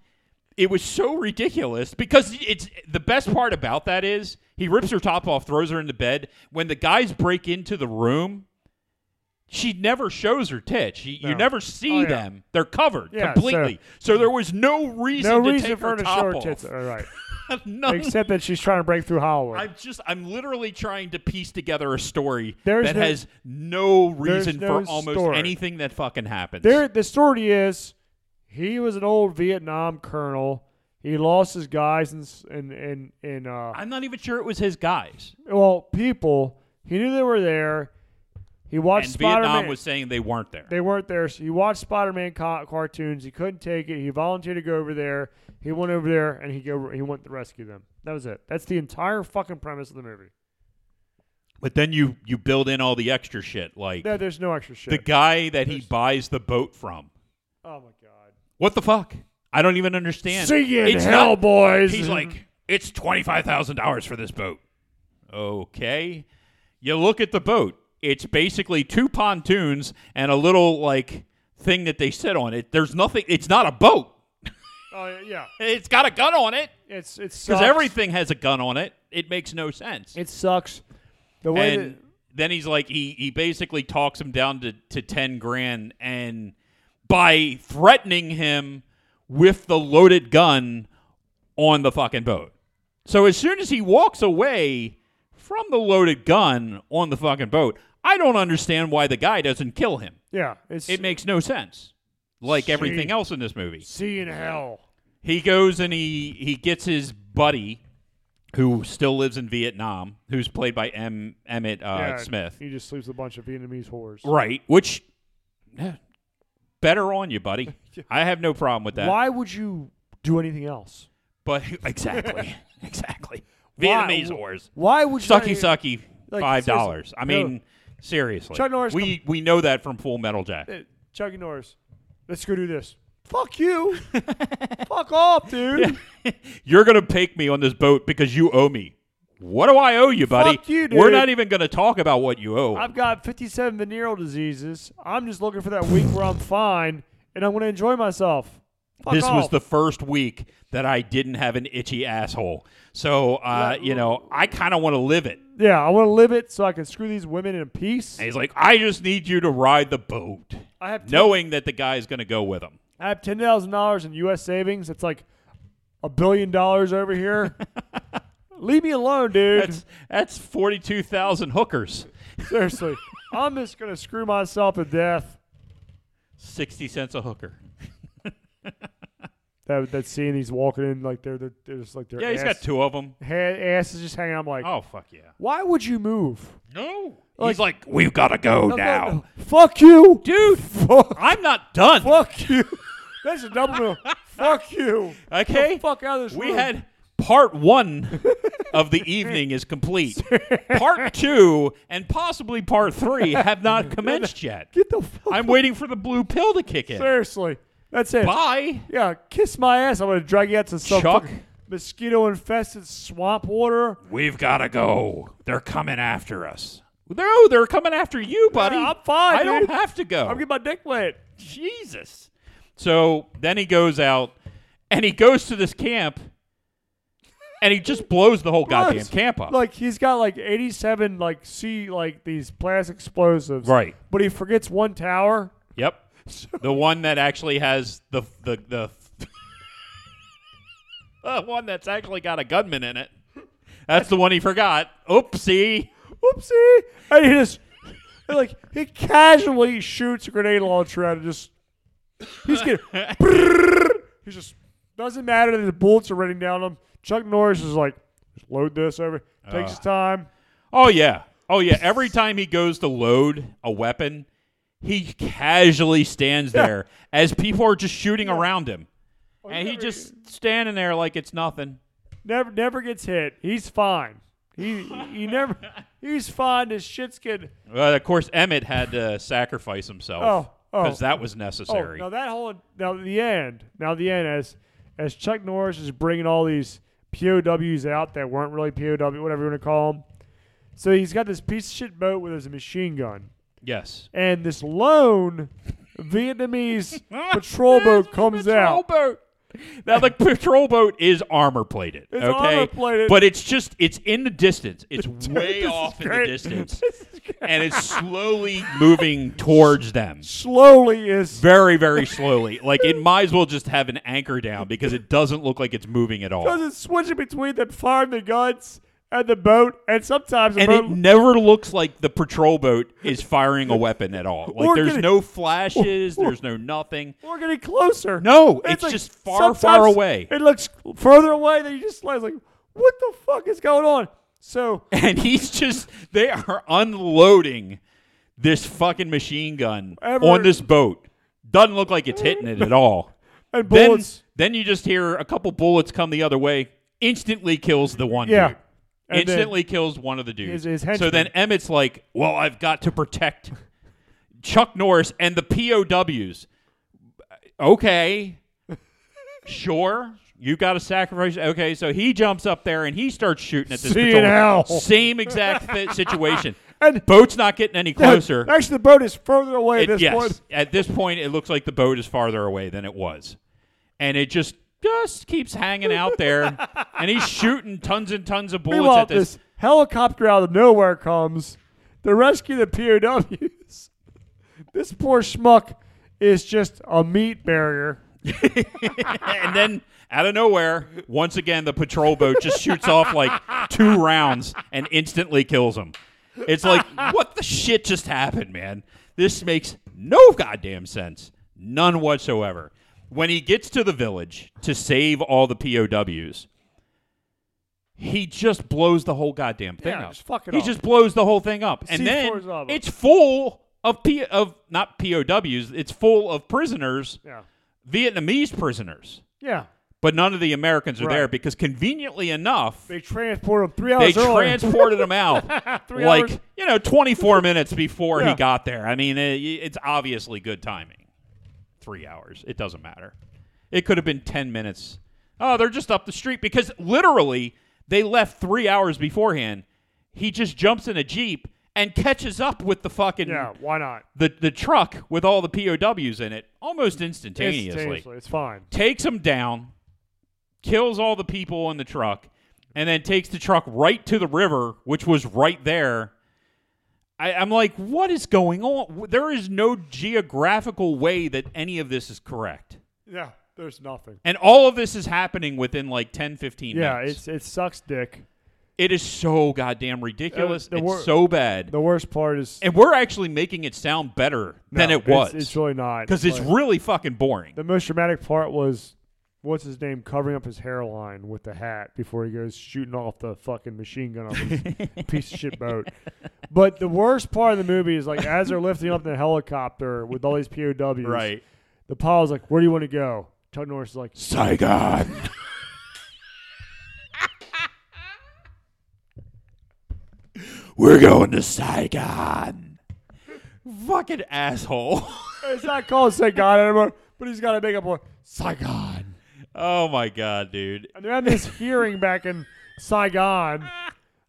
it was so ridiculous because it's the best part about that is he rips her top off, throws her into bed. When the guys break into the room, she never shows her tits. She, You
No.
never see
Oh, yeah.
them; they're covered
Yeah,
completely. So, there was no reason
no
to
reason
take
for her to show
top
her
off.
tits. All right.
None-
Except that she's trying to break through Hollywood.
I'm just I'm literally trying to piece together a story
There's
that
no-
has no reason
no
for almost
story.
anything that fucking happens.
There, the story is, he was an old Vietnam colonel. He lost his guys and s- and and and uh,
I'm not even sure it was his guys.
well, people. He knew they were there. He watched
and
Spider
Vietnam
Man.
was saying they weren't there.
They weren't there. So he watched Spider Man ca- cartoons. He couldn't take it. He volunteered to go over there. He went over there and he go. He went to rescue them. That was it. That's the entire fucking premise of the movie.
But then you you build in all the extra shit, like
No, there's no extra shit.
the guy that he buys the boat from.
oh my god.
What the fuck? I don't even understand.
See you in
It's
hell,
not-
boys.
He's like, it's twenty five thousand dollars for this boat. Okay, you look at the boat. It's basically two pontoons and a little like thing that they sit on. It there's nothing. It's not a boat.
oh yeah.
It's got a gun on it
It's it's
because everything has a gun on it. It makes no sense.
It sucks. The way
and
that-
then he's like he he basically talks him down to, to 10 grand and by threatening him with the loaded gun on the fucking boat so as soon as he walks away from the loaded gun on the fucking boat i don't understand why the guy doesn't kill him
yeah, it's
it makes no sense like everything else in this movie
see in hell.
he goes and he he gets his buddy who still lives in vietnam who's played by M, emmett uh,
Yeah,
smith
He just sleeps with a bunch of Vietnamese whores.
Right. Which, eh, better on you, buddy. I have no problem with that.
Why would you do anything else?
But exactly, exactly.
Why-
Vietnamese wars.
Why would you
Sucky, sucky.
Like,
Five dollars.
seriously,
I
no.
mean, seriously.
Chuck Norris
We we know that from Full Metal
sucky?
Jacket.
Chucky E. Norris, let's go do this. Fuck you. Fuck off, dude.
You're gonna take me on this boat because you owe me. What do I owe you, buddy?
Fuck you,
We're
dude.
not even gonna talk about what you owe.
I've got 57 venereal diseases. I'm just looking for that week where I'm fine and I'm going to enjoy myself. Fuck
this was
off.
the first week that I didn't have an itchy asshole. So uh,
Yeah.
you know, I kind of want to live it.
yeah. I want to live it so I can screw these women in peace.
And he's like, I just need you to ride the boat,
I have ten,
knowing that the guy's going to go with him.
I have ten thousand dollars in U.S. savings. It's like a billion dollars over here. Leave me alone, dude.
That's that's forty two thousand hookers,
Seriously, I'm just gonna screw myself to death.
sixty cents a hooker.
That that scene he's walking in like they're they're, they're just like their
Yeah,
ass,
he's got two of them.
ha- ass is just hanging. I'm like,
Oh fuck yeah!
why would you move?
No,
Like-
he's like, we've got to go
No, no,
now,
no. Fuck you,
dude.
Fuck,
I'm not done.
fuck you. That's a double bill. fuck you. Get
Okay,
the fuck out of this
we
room.
had part one of the evening is complete. part two and possibly part three have not commenced yet.
get the fuck.
I'm waiting for the blue pill to kick in.
Seriously, that's it.
Bye.
Yeah, kiss my ass. I'm gonna drag you out to some
Chuck.
fucking mosquito-infested swamp water.
We've got to go. They're coming after us. No, they're coming after you, buddy.
I'm fine,
I
dude.
don't have to go.
I'm getting my dick wet.
Jesus. So then he goes out and he goes to this camp and he just blows the whole goddamn
Plus,
camp up.
Like he's got like 87 like see like these plastic explosives.
Right.
But he forgets one tower.
yep. The one that actually has the the the, the one that's actually got a gunman in it. That's the one he forgot. Oopsie.
Whoopsie! And he just and, like he casually shoots a grenade launcher out of just he's getting brrrr. he's just doesn't matter that the bullets are raining down on him. Chuck Norris is like just load this over.
Uh.
Takes his time.
Oh yeah. Oh yeah. Every time he goes to load a weapon, he casually stands there as people are just shooting around him.
Oh,
and he just standing there like it's nothing.
never never gets hit. He's fine. He he never he's fine. His shit's getting
Well, of course, Emmett had to sacrifice himself
Oh, oh.
because that was
Oh,
necessary.
now that whole now the end. Now the end as as Chuck Norris is bringing all these POWs out that weren't really POW, whatever you want to call them. So he's got this piece of shit boat where there's a machine gun,
yes,
and this lone Vietnamese patrol boat comes out.
Patrol boat. Now the patrol boat is armor plated.
It's
okay,
armor-plated.
but it's just it's in the distance. It's way
This is
off in the
great.
distance,
This is great.
and it's slowly moving towards them.
Slowly is
Very, very slowly. Like it might as well just have an anchor down because it doesn't look like it's moving at all.
because it's switching between them firing the guns and the boat, and sometimes the
and
boat
it never looks like the patrol boat is firing a weapon at all. Like
Or
there's
getting-
no flashes, there's no nothing.
we're getting closer.
No,
And
it's just far, far
sometimes
away.
It looks further away than you just realize, like, what the fuck is going on? So
And he's just they are unloading this fucking machine gun
Ever-
on this boat. Doesn't look like it's hitting it at all.
and
Then,
bullets,
then you just hear a couple bullets come the other way. Instantly kills the one
yeah.
dude.
And then-
instantly kills one of the dudes.
His- his
so
henchman.
then Emmett's like, "Well, I've got to protect Chuck Norris and the POWs." Okay, sure, you got to sacrifice. Okay, so he jumps up there and he starts shooting at this.
See you
patrol.
in hell.
Same exact fi- situation.
And-
boat's not getting any closer.
Actually, the boat is further away
It-
at this
yes,
point.
at this point, it looks like the boat is farther away than it was, and it just just keeps hanging out there, and he's shooting tons and tons of bullets
Meanwhile,
at this.
this helicopter out of nowhere comes to rescue the POWs. this poor schmuck is just a meat barrier.
and then out of nowhere, once again, the patrol boat just shoots off like two rounds and instantly kills him. It's like, what the shit just happened, man? This makes no goddamn sense. None whatsoever. When he gets to the village to save all the POWs, he just blows the whole goddamn thing
Yeah,
up.
just fuck it
he
up.
just blows the whole thing up. And
C4
then
is lava.
it's full of P- of not POWs, it's full of prisoners,
Yeah.
Vietnamese prisoners
Yeah.
but none of the Americans are
Right.
there because conveniently enough, they,
They transport him three hours earlier.
transported him out
Three
like
hours.
you know 24 minutes before he
Yeah.
got there. I mean, it, it's obviously good timing. Three hours, it doesn't matter. It could have been 10 minutes. Oh, they're just up the street because literally they left three hours beforehand. He just jumps in a jeep and catches up with the fucking
yeah, why not?
the the truck with all the POWs in it almost instantaneously
It's fine.
takes him down, kills all the people in the truck, and then takes the truck right to the river, which was right there. I, I'm like, what is going on? There is no geographical way that any of this is correct.
Yeah, there's nothing.
And all of this is happening within like 10, 15
Yeah,
minutes.
it's it sucks dick.
It is so goddamn ridiculous.
Uh, the
it's
wor-
so bad.
The worst part is
and we're actually making it sound better than
No,
it was.
It's, it's really not
Because it's
Like,
really fucking boring.
the most dramatic part was what's his name covering up his hairline with the hat before he goes shooting off the fucking machine gun on his piece of shit boat. But the worst part of the movie is like as they're lifting up the helicopter with all these POWs.
right.
The pilot's like, "Where do you want to go?" Chuck Norris is like,
Saigon. We're going to Saigon. Fucking asshole.
"It's not called Saigon anymore, but he's got to make up one."
Saigon. Oh my god, dude.
And they're having this hearing back in Saigon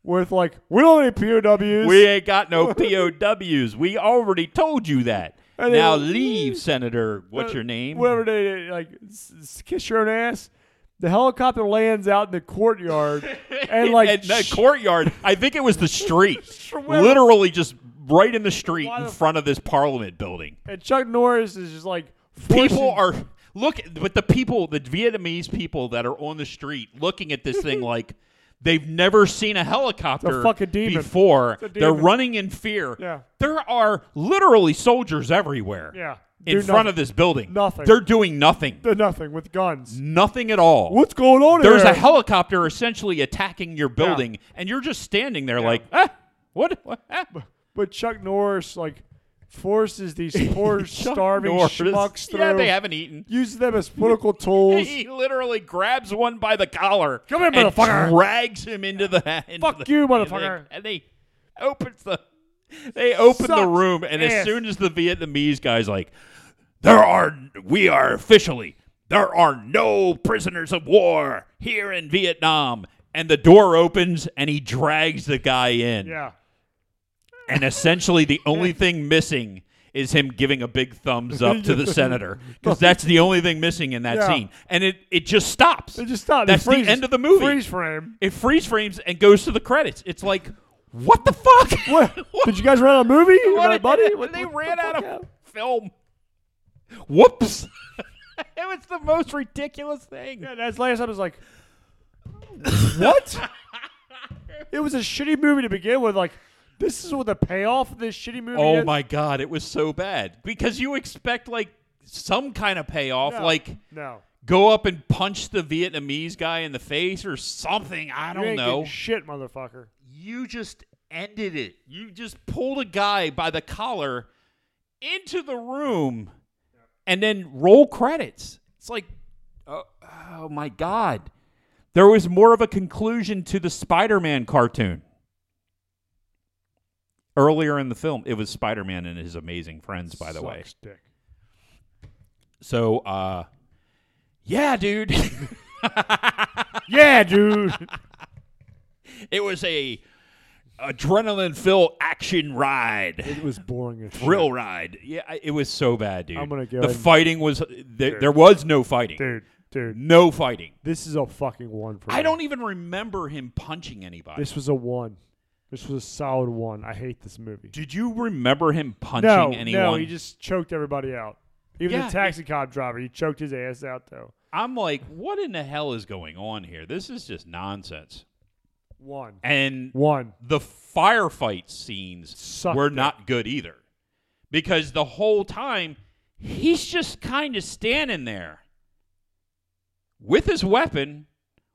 with like, we don't have any POWs.
We ain't got no POWs. We already told you that.
And they-
Now leave, Senator. What's your name?
Whatever they like, s- s- kiss your own ass. The helicopter lands out in the courtyard and like
in the
sh-
courtyard. I think it was the street.
Where-
Literally just right in the street
Why
in
the-
front of this parliament building.
and Chuck Norris is just like forcing-
people are look but the people the vietnamese people that are on the street looking at this thing like they've never seen a helicopter
It's a fucking demon.
before
It's a
they're
demon.
running in fear
Yeah.
there are literally soldiers everywhere
yeah
in
do
front
nothing.
of this building
Nothing.
they're doing nothing
They're nothing with guns.
nothing at all
What's going on
there's
here?
a helicopter essentially attacking your building and you're just standing there like ah, what, what ah."
but Chuck Norris like forces these poor
Chuck
starving
Norris.
schmucks through,
Yeah, they haven't eaten.
uses them as political tools.
He literally grabs one by the collar.
Come here,
and
motherfucker.
Drags him into the. Into
Fuck
the-
you,
and they-
motherfucker.
And they opens the. They open the
Suck
room, and as
ass.
soon as the Vietnamese guy's like, "There are we are officially there are no prisoners of war here in Vietnam," and the door opens, and he drags the guy in,
yeah.
and essentially the only thing missing. Is him giving a big thumbs up to the senator because that's the only thing missing in that
Yeah.
scene, and it, it just stops.
They just stop.
That's
they freeze,
the end of the movie.
Freeze frame.
It freeze frames and goes to the credits. It's like, what the fuck?
What? Did you guys run out of movie?
What-
My buddy? What-
they
what the
ran out
fuck
of
happened?
film. Whoops. it was the most ridiculous thing.
Yeah, that's last time. I was like, what? it was a shitty movie to begin with. Like, this is what the payoff of this shitty movie
Oh
is.
my god, it was so bad. Because you expect like some kind of payoff,
No.
like
No.
go up and punch the Vietnamese guy in the face or something. I
you
don't
ain't
know.
getting Shit, motherfucker.
you just ended it. You just pulled a guy by the collar into the room and then roll credits. It's like, oh, oh my God. There was more of a conclusion to the Spider Man cartoon. Earlier in the film, it was Spider Man and his amazing friends, by the way.
Sucks dick.
So, uh, yeah, dude.
Yeah, dude.
it was a adrenaline filled action ride.
it was boring as
Thrill
shit.
ride. Yeah, I- it was so bad, dude.
I'm gonna go
The
ahead and-
fighting was there, there was no fighting.
Dude, dude.
No fighting.
This is a fucking one for
I
me.
don't e- even remember him punching anybody.
This was a one. This was a solid one. I hate this movie.
Did you remember him punching
no,
anyone?
no, he just choked everybody out. Even
Yeah,
the taxi cab driver, he choked his ass out though.
I'm like, what in the hell is going on here? This is just nonsense.
One,
And
one.
the firefight scenes
Sucked
were
it.
not good either. Because the whole time he's just kind of standing there with his weapon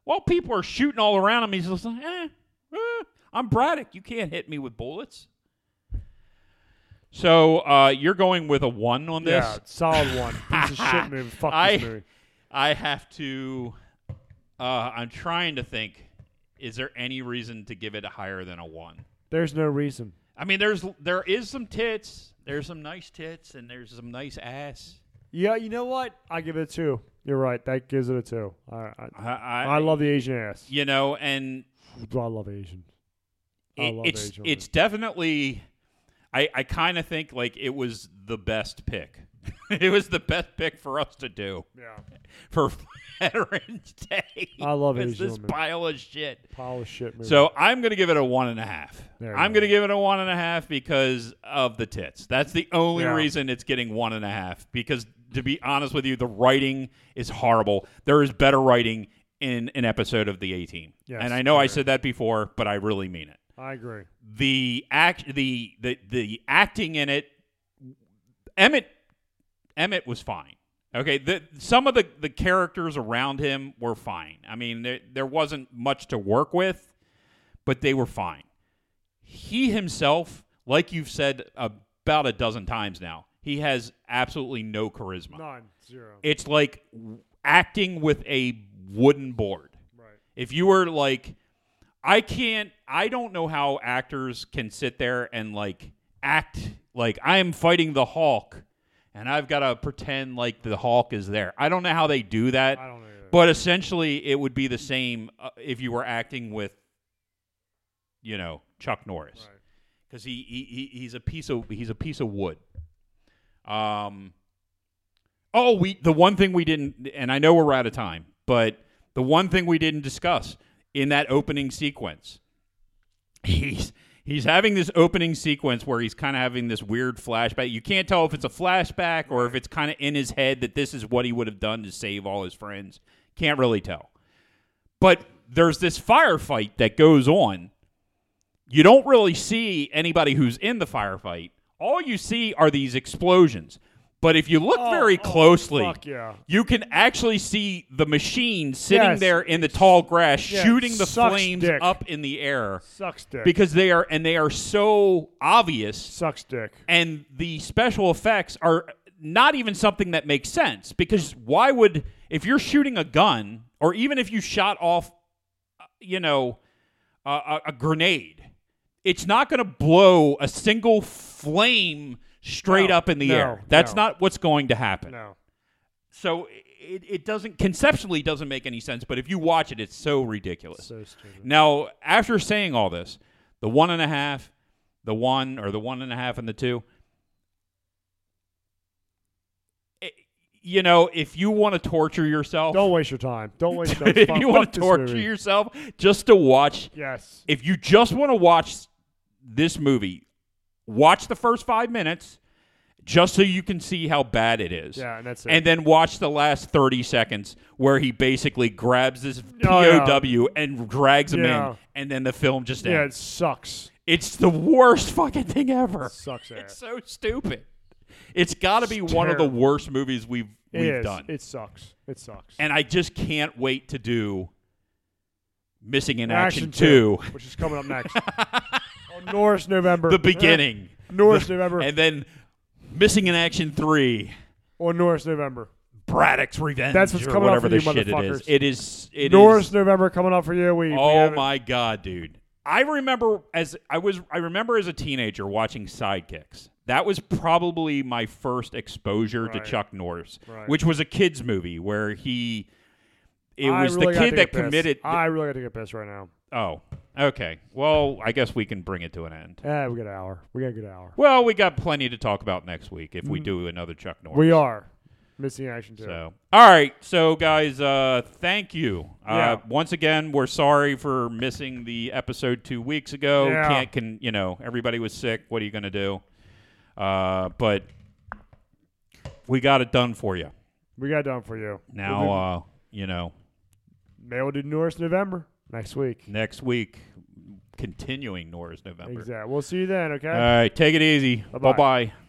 while people are shooting all around him. He's just like, eh, eh, I'm Braddock. You can't hit me with bullets. So uh, you're going with a one on this?
Yeah, solid one. Piece of shit movie. Fuck
I-
this movie.
I have to. Uh, I'm trying to think. Is there any reason to give it higher than a one?
There's no reason.
I mean, there's there is some tits. There's some nice tits, and there's some nice ass.
Yeah, you know what? I give it a two. You're right. That gives it a two. I, I,
I, I,
I love the Asian ass.
you know, and
I love Asians. I
it-
love
it's
Asian
it's definitely. I I kind of think like it was the best pick. it was the best pick for us to do
women. Yeah.
for Veterans Day.
I love
It's
Asian
this
women.
pile of shit.
Pile of shit movie.
So I'm going to give it a one and a half.
There you
I'm
go.
going to give it a one and a half because of the tits. That's the only
Yeah.
reason it's getting one and a half. Because to be honest with you, the writing is horrible. There is better writing in an episode of the A Team,
Yes,
and I know I
there
said that before, but I really mean it.
I agree.
The act, the the the acting in it, Emmett Emmett was fine. Okay, the, some of the, the characters around him were fine. I mean, there, there wasn't much to work with, but they were fine. He himself, like you've said about a dozen times now, he has absolutely no charisma.
Nine, zero.
It's like w- acting with a wooden board.
Right.
If you were like, I can't, I don't know how actors can sit there and like act like I am fighting the Hulk and I've got to pretend like the Hulk is there. I don't know how they do that,
I don't know.
but essentially it would be the same uh, if you were acting with, you know, Chuck Norris
Right.
because he, he he he's a piece of he's a piece of wood. Um. Oh, we the one thing we didn't, and I know we're out of time, but the one thing we didn't discuss in that opening sequence, he's he's having this opening sequence where he's kind of having this weird flashback. You can't tell if it's a flashback or if it's kind of in his head that this is what he would have done to save all his friends. Can't really tell. But there's this firefight that goes on you don't really see anybody who's in the firefight. All you see are these explosions. But if you look
Oh,
very
oh,
closely,
fuck yeah.
you can actually see the machine sitting
Yes.
there in the tall grass,
Yeah,
shooting the
sucks
flames
dick.
up in the air
Sucks dick.
because they are and they are so obvious,
Sucks dick.
and the special effects are not even something that makes sense because why would if you're shooting a gun or even if you shot off, uh, you know, uh, a, a grenade, it's not going to blow a single flame straight
No,
up in the
no,
air. That's
no.
not what's going to happen.
No.
So it, it doesn't conceptually doesn't make any sense, but if you watch it, it's so ridiculous.
So stupid.
Now, after saying all this, the one and a half, the one, or the one and a half and the two, it, eh, you know, if you want to torture yourself,
Don't waste your time. Don't waste your time.
if
Fuck-
you want
fuck
to
this
torture
movie.
yourself just to watch,
Yes.
if you just want to watch this movie, watch the first five minutes just so you can see how bad it is
Yeah, and that's it.
and then watch the last 30 seconds where he basically grabs this
Oh, yeah.
POW and drags him
Yeah.
in, and then the film just
yeah,
ends.
it sucks.
It's the worst fucking thing ever.
Sucks ass.
It's so stupid. It's got to be one of the
terrible.
worst movies we've
It
we've
is.
done,
It sucks. It sucks.
and I just can't wait to do Missing in Action,
Action
Two,
which is coming up next. On Norris November.
the beginning,
Eh, Norris November.
and then Missing in Action Three.
On Norris November.
Braddock's Revenge.
That's what's
or
coming up
whatever
for
the
you
shit it is.
motherfuckers.
It is. It is-
Norris November coming up for you. We, we
Oh
have it.
my god, dude. I remember as I was I remember as a teenager watching Sidekicks. That was probably my first exposure
Right.
to Chuck Norris,
Right.
which was a kids movie where he it
I
was
really
the
gotta take
kid that
a piss.
committed
I really got to get pissed right now.
Oh, okay. Well, I guess we can bring it to an end.
Yeah, Eh, we got an hour. We got a good hour.
Well, we got plenty to talk about next week if we
Mm.
do another Chuck Norris.
We are missing action too.
So, all right, so guys, uh, thank you.
Yeah.
Uh, Once again, we're sorry for missing the episode two weeks ago.
Yeah.
Can't can you know everybody was sick. What are you gonna do? Uh, but we got it done for you.
We got done for you.
Now,
we'll
uh, you know,
be, maybe we'll do Norris November next week.
next week, continuing Nora's November.
Exactly. We'll see you then. Okay.
All right, take it easy.
Bye-bye.
bye.